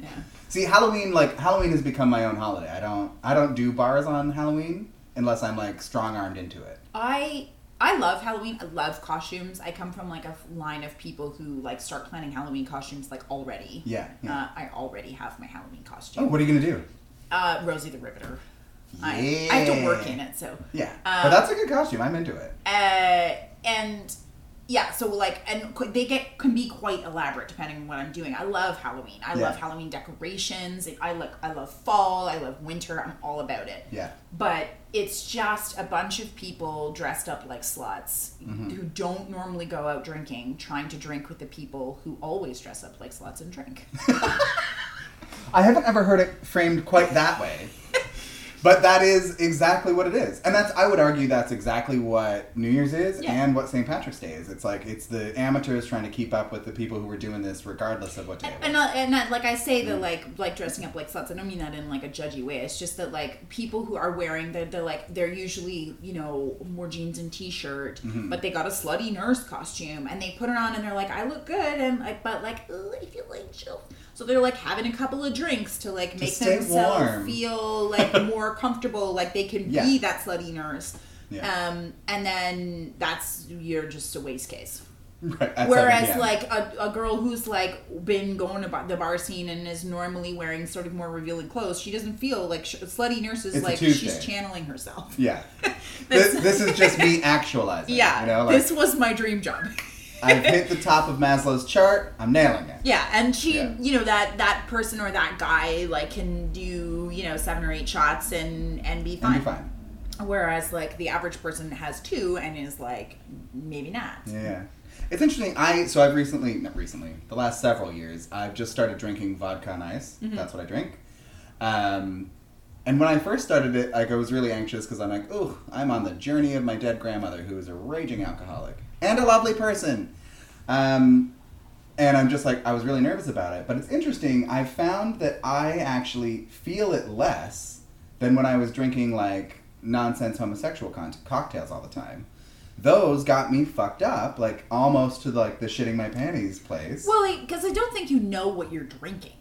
yeah. See, Halloween like Halloween has become my own holiday. I don't I don't do bars on Halloween unless I'm like strong armed into it. I I love Halloween. I love costumes. I come from like a f- line of people who like start planning Halloween costumes like already. Yeah, yeah. Uh, I already have my Halloween Oh, costume. what are you gonna do? Uh, Rosie the Riveter. I, I have to work in it, so. Yeah, Uh, but that's a good costume. I'm into it. Uh, and yeah, so like, and qu- they get can be quite elaborate depending on what I'm doing. I love Halloween. I Yeah. love Halloween decorations. I like I love fall. I love winter. I'm all about it. Yeah, but it's just a bunch of people dressed up like sluts Mm-hmm. who don't normally go out drinking trying to drink with the people who always dress up like sluts and drink I haven't ever heard it framed quite that way, but that is exactly what it is, and that's I would argue that's exactly what New Year's is Yeah. and what St. Patrick's Day is. It's like it's the amateurs trying to keep up with the people who were doing this regardless of what day. it was. and, uh, and uh, like i say Mm. the like like dressing up like sluts i don't mean that in like a judgy way it's just that like people who are wearing the, the like they're usually you know more jeans and t-shirt Mm-hmm. but they got a slutty nurse costume and they put it on and they're like i look good and like but like "Ooh, i feel like chill so they're like having a couple of drinks to like make stay themselves warm. feel feel like more comfortable, like they can Yeah. be that slutty nurse. Yeah. Um, and then that's you're just a waste case. Right, at 7 Whereas, p.m. like a, a girl who's like been going about the bar scene and is normally wearing sort of more revealing clothes, she doesn't feel like sh- slutty nurse is It's a like Tuesday. she's channeling herself. yeah, this, this is just me actualizing. Yeah, you know, like, this was my dream job. I've hit the top of Maslow's chart. I'm nailing it. Yeah, and she, Yeah. you know, that that person or that guy like can do, you know, seven or eight shots and and be And fine. you're fine. Whereas, like, the average person has two and is like, maybe not. Yeah. It's interesting. I so I've recently not recently the last several years I've just started drinking vodka on ice. That's what I drink. Um, and when I first started it, like I was really anxious because I'm like, ooh, I'm on the journey of my dead grandmother who is a raging alcoholic and a lovely person. Um, and I'm just like I was really nervous about it. But it's interesting. I found that I actually feel it less than when I was drinking like nonsense homosexual con- cocktails all the time. those got me fucked up, like almost to like the shitting my panties place. Well, because I don't think you know what you're drinking.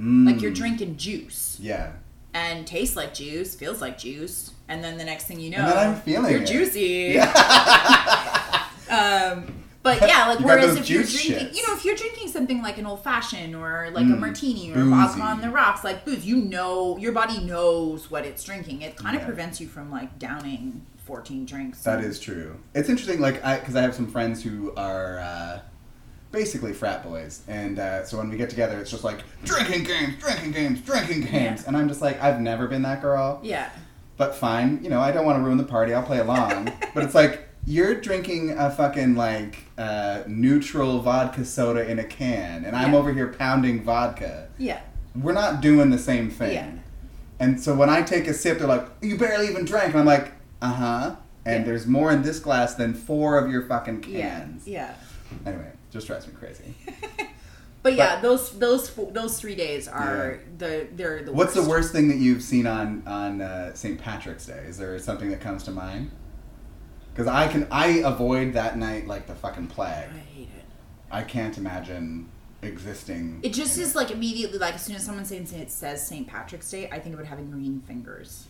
Mm, Like you're drinking juice Yeah. and tastes like juice, feels like juice, and then the next thing you know, And then I'm feeling you're it. juicy. Yeah. Um, but yeah, like You got whereas those if you're juice drinking, shits. you know, if you're drinking something like an old fashioned or like a Mm, martini or boozy. vodka on the rocks, like booze, you know, your body knows what it's drinking. It kind of Yeah. prevents you from like downing 14 drinks. That is true. It's interesting, like, I because I have some friends who are uh, basically frat boys, and uh, so when we get together, it's just like drinking games, drinking games, drinking games, Yeah. and I'm just like, I've never been that girl, Yeah. but fine, you know, I don't want to ruin the party, I'll play along, but it's like. You're drinking a fucking like uh, neutral vodka soda in a can, and I'm Yeah. over here pounding vodka. Yeah. We're not doing the same thing. Yeah. And so when I take a sip, they're like, "You barely even drank," and I'm like, "Uh huh." And Yeah. there's more in this glass than four of your fucking Yeah. cans. Yeah. Anyway, just drives me crazy. But yeah, those those fo- those three days are the they're the What's the worst. worst thing that you've seen on on uh, St. Patrick's Day? Is there something that comes to mind? Because I can I avoid that night like the fucking plague. I hate it. I can't imagine existing. It just in is like immediately like as soon as someone says it says St. Patrick's Day, I think about having green fingers.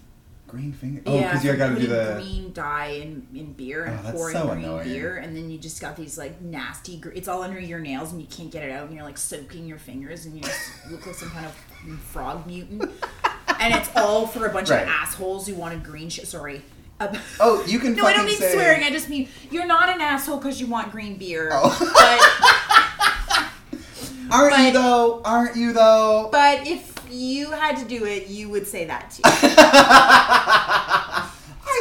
green finger. Oh, because you got to do putting the. green dye in, in beer and Oh, that's pouring so green annoying. beer, and then you just got these like nasty. Gr- it's all under your nails, and you can't get it out, and you're like soaking your fingers, and you just look like some kind of fucking frog mutant. and it's all for a bunch Right. of assholes who wanted green shit. Sorry. Uh, Oh, you can. no, I don't fucking mean say- swearing. I just mean you're not an asshole because you want green beer. Oh. Aren't you but- though? Aren't you though? But, but if you had to do it, you would say that too. I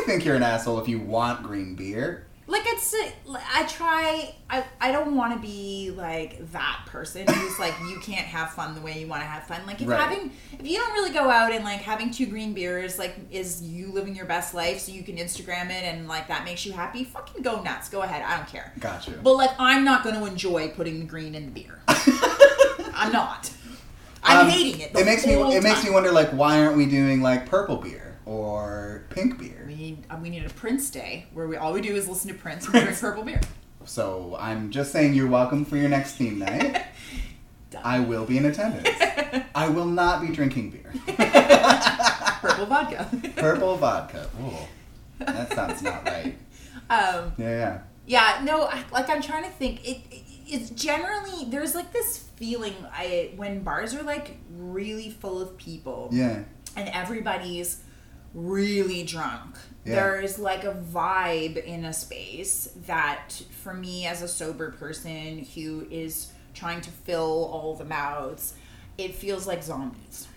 think you're an asshole if you want green beer. like it's i try i, I don't want to be like that person who's like you can't have fun the way you want to have fun like if Right. having if you don't really go out and like having two green beers like is you living your best life so you can instagram it and like that makes you happy fucking go nuts go ahead i don't care Gotcha. but like i'm not going to enjoy putting the green in the beer i'm not i'm Um, hating it the It makes me. whole It makes me time. wonder, like, why aren't we doing like purple beer or pink beer? we need, uh, we need a prince day where we all we do is listen to prince and drink purple beer So I'm just saying, you're welcome for your next theme night. Done. I will be in attendance. I will not be drinking beer. purple vodka Purple vodka. Ooh, that sounds not right. um Yeah, yeah. Yeah, no, I- like I'm trying to think. It, it it's generally there's like this feeling I when bars are like really full of people Yeah. and everybody's really drunk. Yeah. There's like a vibe in a space that for me as a sober person who is trying to fill all the mouths, it feels like zombies.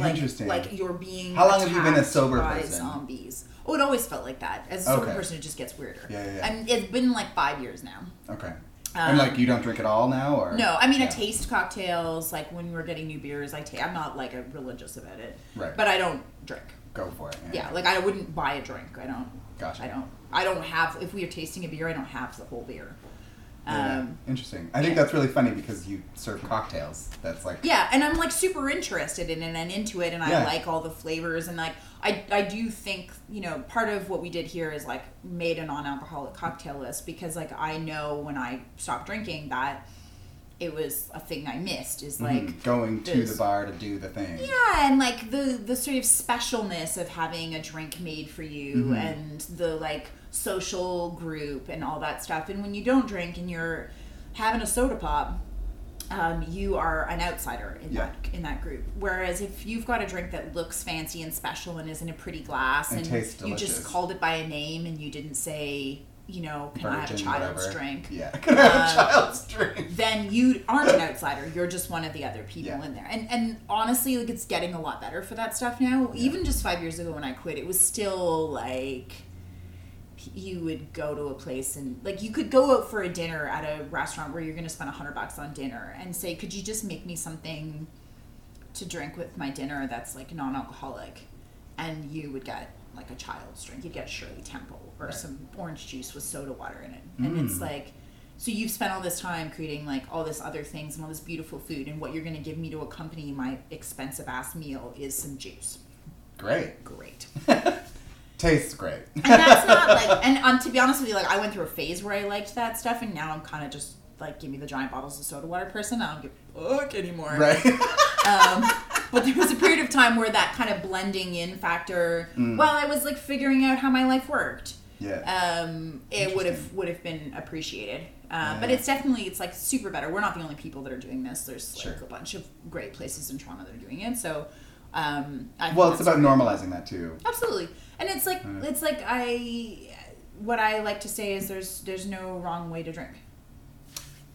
Like, Interesting. Like you're being How long have you been a attacked sober by person? Zombies. Oh, it always felt like that. As a sober Okay. person, it just gets weirder. Yeah, yeah, yeah. And it's been like five years now. okay. and like, you don't drink at all now, or Um, No, I mean I Yeah. taste cocktails. Like when we're getting new beers, I take. I'm not like a religious about it. Right. But I don't drink. Go for it. Yeah, like I wouldn't buy a drink. I don't. Gotcha. I don't. I don't have. If we are tasting a beer, I don't have the whole beer. Yeah, Um, Interesting. I think that's really funny because you serve cocktails. That's like yeah, and I'm like super interested in it and into it, and I Yeah. like all the flavors and like I I do think you know part of what we did here is like made a non-alcoholic cocktail list because like I know when I stopped drinking that it was a thing I missed is like. mm, going to the this- bar to do the thing. Yeah, and like the the sort of specialness of having a drink made for you Mm-hmm. and the like social group and all that stuff. And when you don't drink and you're having a soda pop, um, you are an outsider in Yeah. that in that group. Whereas if you've got a drink that looks fancy and special and is in a pretty glass And and, tastes you just delicious. called it by a name and you didn't say, you know, can I have a Virgin, child's whatever. drink? Um, Yeah, can I have a child's drink? then you aren't an outsider. You're just one of the other people Yeah. in there. And and honestly, like it's getting a lot better for that stuff now. Even just five years ago when I quit, it was still like you would go to a place and like you could go out for a dinner at a restaurant where you're going to spend a hundred bucks on dinner and say, could you just make me something to drink with my dinner that's like non-alcoholic? And you would get like a child's drink. You'd get Shirley Temple or some orange juice with soda water in it. And it's like so you've spent all this time creating like all this other things and all this beautiful food and what you're going to give me to accompany my expensive ass meal is some juice Great. great Tastes great. And that's not like, and um, to be honest with you, like I went through a phase where I liked that stuff, and now I'm kind of just like, give me the giant bottles of soda water person. I don't give a fuck anymore. right? Um, but there was a period of time where that kind of blending in factor, while I was like figuring out how my life worked, yeah. um, it would have would have been appreciated. Uh, But it's definitely it's like super better. We're not the only people that are doing this. There's like a bunch of great places in Toronto that are doing it. So, um, I think well, it's that's about great. normalizing that too. Absolutely, and it's like it's like I, what I like to say is there's there's no wrong way to drink.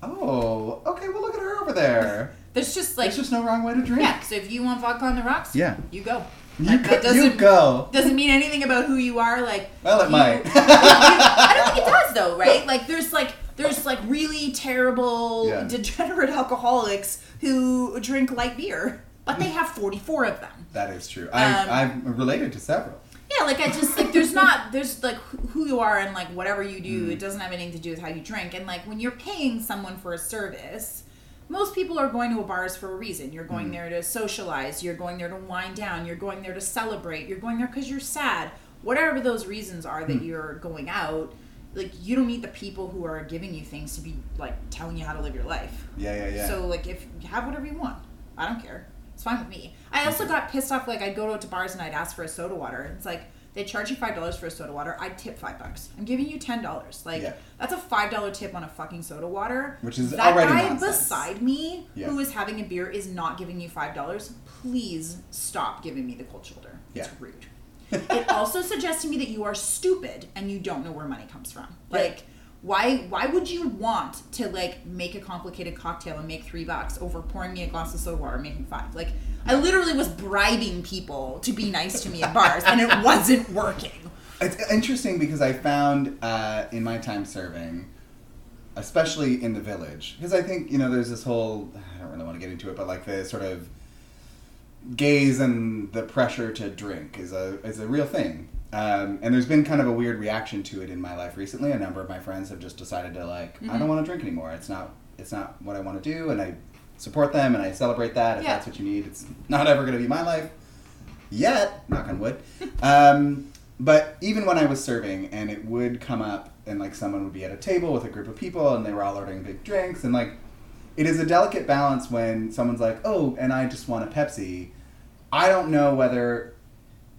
Oh, okay. Well, look at her over there. There's just like There's just no wrong way to drink. yeah. So if you want vodka on the rocks, Yeah. you go. You, Like, go, that doesn't you go. doesn't mean anything about who you are. Like Well, it you- might. I don't think it does though, right? Like there's like there's like really terrible Yeah. degenerate alcoholics who drink light beer, but they have 44 of them. that is true. I, Um, I'm related to several. Yeah, like I just like there's not there's like wh- who you are and like whatever you do, it doesn't have anything to do with how you drink. And like when you're paying someone for a service, most people are going to a bars for a reason. You're going there to socialize, you're going there to wind down, you're going there to celebrate, you're going there because you're sad. Whatever those reasons are that you're going out, like you don't need the people who are giving you things to be like telling you how to live your life. Yeah, yeah, yeah. So like if have whatever you want. I don't care. It's fine with me. I also Mm-hmm. got pissed off like I'd go out to bars and I'd ask for a soda water. It's like they charge you five dollars for a soda water, I would tip five bucks. I'm giving you ten dollars. Like Yeah. that's a five dollar tip on a fucking soda water. Which is that already guy nonsense. beside me Yeah. who is having a beer is not giving you five dollars. Please stop giving me the cold shoulder. It's Yeah. rude. it also suggests to me that you are stupid and you don't know where money comes from. Like, why why would you want to like make a complicated cocktail and make three bucks over pouring me a glass of soda water and making five? Like, I literally was bribing people to be nice to me at bars and it wasn't working. It's interesting because I found uh, in my time serving, especially in the village, because I think you know there's this whole I don't really want to get into it, but like the sort of gaze and the pressure to drink is a is a real thing, um, and there's been kind of a weird reaction to it in my life recently. A number of my friends have just decided to like I don't want to drink anymore. It's not it's not what I want to do, and I support them and I celebrate that. If Yeah. that's what you need, it's not ever going to be my life yet, knock on wood. Um, but even when I was serving, and it would come up, and like someone would be at a table with a group of people, and they were all ordering big drinks, and like it is a delicate balance when someone's like, "Oh, and I just want a Pepsi." I don't know whether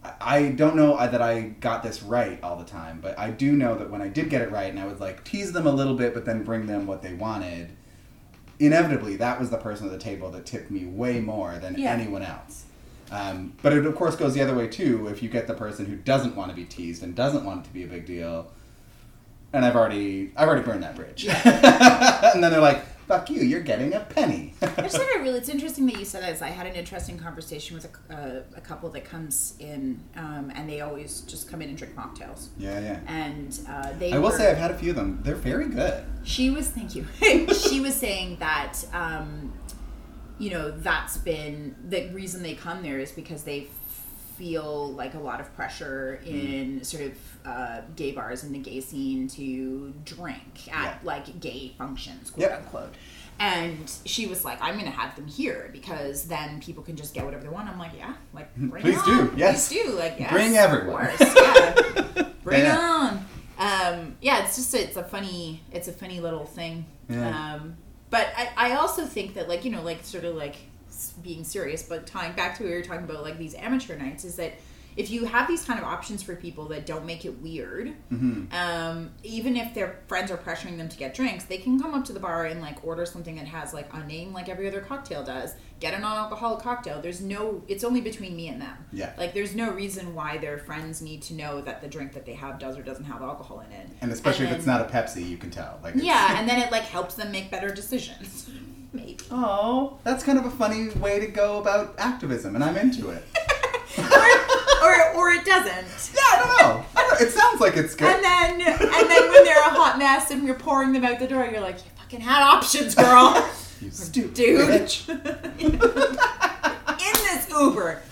I- I don't know uh, that I got this right all the time, but I do know that when I did get it right, and I would like tease them a little bit, but then bring them what they wanted. Inevitably, that was the person at the table that tipped me way more than Yeah. anyone else. Um, but it of course goes the other way too. If you get the person who doesn't want to be teased and doesn't want it to be a big deal, and I've already I've already burned that bridge. and then they're like, "Fuck you! You're getting a penny." I just had a really. It's interesting that you said that. Is I had an interesting conversation with a, uh, a couple that comes in, um, and they always just come in and drink mocktails. yeah, yeah. And uh, they. I will were- say I've had a few of them. They're very good. She was, thank you. she was saying that, um, you know, that's been the reason they come there is because they feel like a lot of pressure Hmm. in sort of uh, gay bars and the gay scene to drink at Yeah. like gay functions, quote Yep. unquote. And she was like, I'm going to have them here because then people can just get whatever they want. I'm like, yeah, like, bring Hmm. Please it do, on. yes. Please do. Like, yes, Bring of everyone. course, yeah. Bring Yeah. it on. Um, yeah, it's just it's a funny it's a funny little thing. Yeah. Um, but I, I also think that like you know like sort of like s- being serious, but tying back to what we were talking about like these amateur nights is that if you have these kind of options for people that don't make it weird, Mm-hmm. um, even if their friends are pressuring them to get drinks, they can come up to the bar and like order something that has like a name like every other cocktail does. Get a non-alcoholic cocktail. There's no. It's only between me and them. Yeah. Like there's no reason why their friends need to know that the drink that they have does or doesn't have alcohol in it. And especially if it's then- not a Pepsi, you can tell. Like, it's- Yeah, and then it like helps them make better decisions. Maybe. Oh, that's kind of a funny way to go about activism, and I'm into it. or or it doesn't. yeah, I don't know. I don't know. It sounds like it's good. And then and then when they're a hot mess and you're pouring them out the door, you're like, you fucking had options, girl. you stupid Dude. bitch. In this Uber.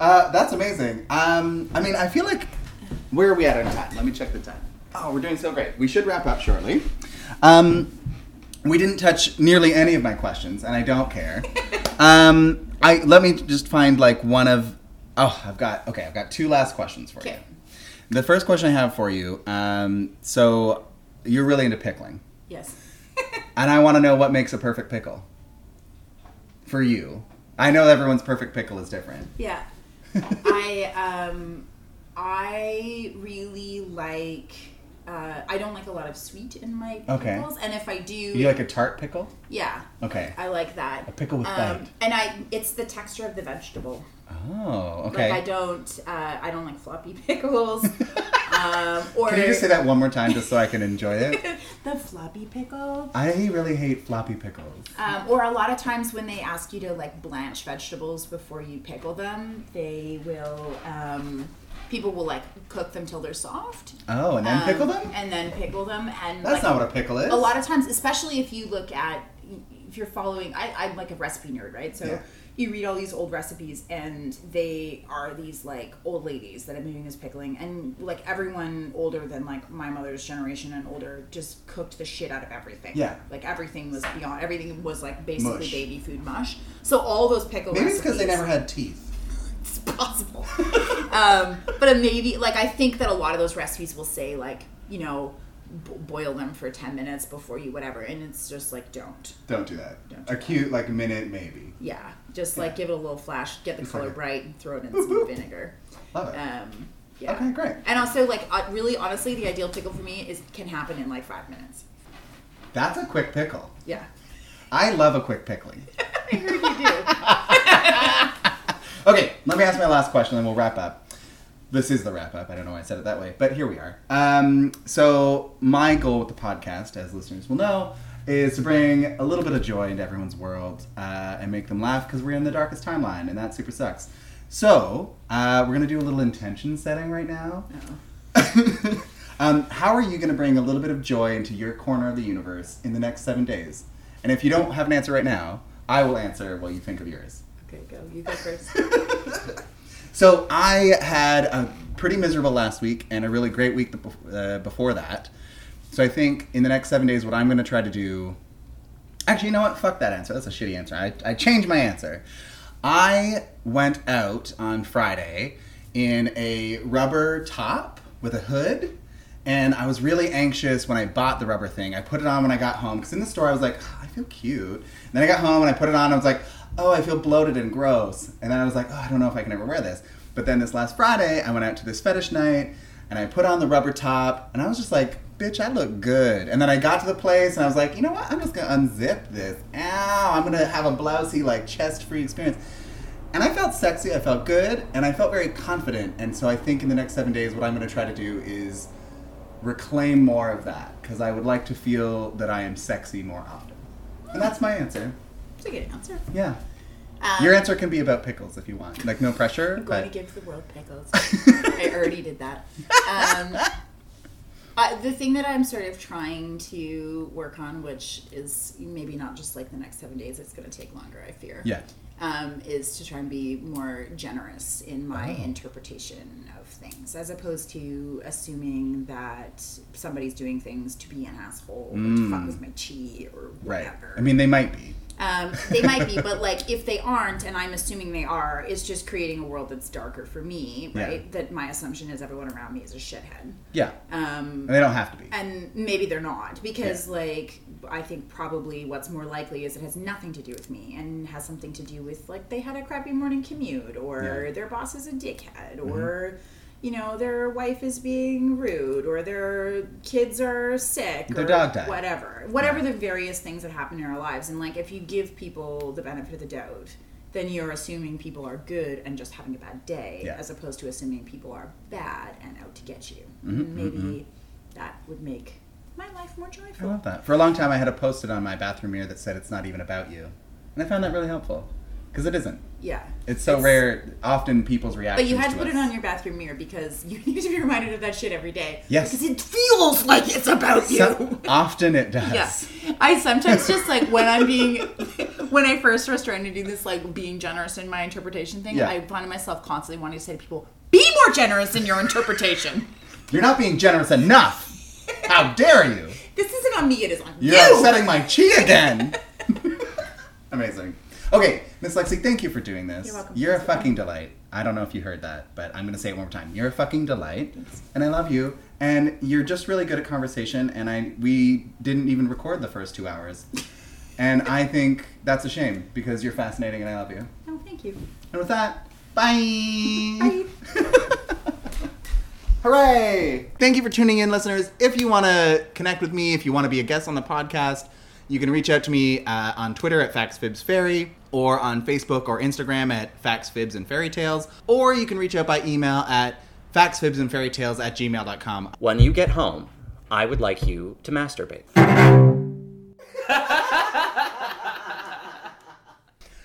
Uh, that's amazing. Um, I mean, I feel like where are we at on time? Let me check the time. Oh, we're doing so great. We should wrap up shortly. Um, we didn't touch nearly any of my questions, and I don't care. um, I let me just find like one of. Oh, I've got okay. I've got two last questions for Okay. you. The first question I have for you. Um, so you're really into pickling, Yes. and I want to know what makes a perfect pickle for you. I know everyone's perfect pickle is different. Yeah. I um I really like uh, I don't like a lot of sweet in my Okay. pickles, and if I do, You like a tart pickle? yeah, Okay. I like that. Um, A pickle with bite. and I it's the texture of the vegetable. Oh, okay. Like I don't uh, I don't like floppy pickles. um, or Can you just say that one more time just so I can enjoy it? the floppy pickle. I really hate floppy pickles. Um, or a lot of times when they ask you to like blanch vegetables before you pickle them, they will. Um, people will like cook them till they're soft. Oh, and then um, pickle them? And then pickle them. And That's like, not what a pickle is. a lot of times, especially if you look at if you're following, I, I'm like a recipe nerd, right? So Yeah. you read all these old recipes, and they are these like old ladies that have been doing this pickling, and like everyone older than like my mother's generation and older just cooked the shit out of everything. Yeah. like everything was beyond everything was like basically Mush. baby food mush. So all those pickle Maybe it's because they recipes- never had teeth. it's possible. um, but a maybe, like, I think that a lot of those recipes will say, like, you know, b- boil them for 10 minutes before you whatever. And it's just like, don't. Don't do that. Don't do a cute like minute maybe. Yeah. Just like give it a little flash, get the Just color like a- bright, and throw it in some vinegar. Love it. Um, yeah. Okay, great. And also, like, uh, really honestly, the ideal pickle for me is can happen in like five minutes. That's a quick pickle. Yeah. I love a quick pickling. I heard you do. Okay, let me ask my last question, then we'll wrap up. This is the wrap up. I don't know why I said it that way, but here we are. Um, so, my goal with the podcast, as listeners will know, is to bring a little bit of joy into everyone's world uh, and make them laugh because we're in the darkest timeline, and that super sucks. So, uh, we're going to do a little intention setting right now. um, how are you going to bring a little bit of joy into your corner of the universe in the next seven days? And if you don't have an answer right now, I will answer while you think of yours. okay, go. You go first. So I had a pretty miserable last week and a really great week bef- uh, before that. So I think in the next seven days, what I'm going to try to do. Actually, you know what? Fuck that answer. That's a shitty answer. I, I changed my answer. I went out on Friday in a rubber top with a hood, and I was really anxious when I bought the rubber thing. I put it on when I got home because in the store I was like, "Ah, I feel cute. And then I got home and I put it on. And I was like, oh, I feel bloated and gross. And then I was like, oh, I don't know if I can ever wear this. But then this last Friday, I went out to this fetish night and I put on the rubber top and I was just like, bitch, I look good. And then I got to the place and I was like, you know what? I'm just gonna unzip this. Ow, I'm gonna have a blousy, like chest free experience. And I felt sexy, I felt good, and I felt very confident. And so I think in the next seven days, what I'm gonna try to do is reclaim more of that because I would like to feel that I am sexy more often. And that's my answer. It's a good answer. Yeah. Um, Your answer can be about pickles if you want. Like, no pressure. I'm but going to give the world pickles. I already did that. Um, I, the thing that I'm sort of trying to work on, which is maybe not just like the next seven days, it's going to take longer, I fear. Yeah. Um, is to try and be more generous in my Oh. interpretation of things, as opposed to assuming that somebody's doing things to be an asshole or to fuck with my chi or Mm. Right. whatever. I mean, they might be. Um, they might be, but like if they aren't, and I'm assuming they are, it's just creating a world that's darker for me, right? Yeah. That my assumption is everyone around me is a shithead. Yeah. Um, and they don't have to be. and maybe they're not, because like I think probably what's more likely is it has nothing to do with me and has something to do with like they had a crappy morning commute, or Yeah. Mm-hmm. their boss is a dickhead, or. You know, their wife is being rude, or their kids are sick, Their or dog died. whatever whatever whatever the various things that happen in our lives and like if you give people the benefit of the doubt then you're assuming people are good and just having a bad day Yeah. as opposed to assuming people are bad and out to get you Mm-hmm, And maybe that would make my life more I joyful love that. For a long time, I had a post it on my bathroom mirror that said, It's not even about you. And I found that really helpful because it isn't. yeah It's so rare, often people's but reactions. you had to put us- it on your bathroom mirror because you need to be reminded of that shit every day Yes. because it feels like it's about you So, often it does. Yeah. I sometimes just like when I'm being when I first was trying to do this like being generous in my interpretation thing, Yeah. I find myself constantly wanting to say to people, be more generous in your interpretation. You're not being generous enough. How dare you? this isn't on me, it is on You're you. upsetting my chi again. Amazing. Okay, Miss Lexi, thank you for doing this. You're welcome. You're a It's okay. fucking delight. I don't know if you heard that, but I'm gonna say it one more time. You're a fucking delight, and I love you. And you're just really good at conversation. And I we didn't even record the first two hours, and I think that's a shame because you're fascinating and I love you. No, thank you. And with that, bye. Bye. Hooray! Thank you for tuning in, listeners. If you want to connect with me, if you want to be a guest on the podcast, you can reach out to me uh, on Twitter at FactsFibsFairy, or on Facebook or Instagram at FactsFibs and Fairy Tales, or you can reach out by email at FactsFibsandFairyTales at gmail.com. When you get home, I would like you to masturbate.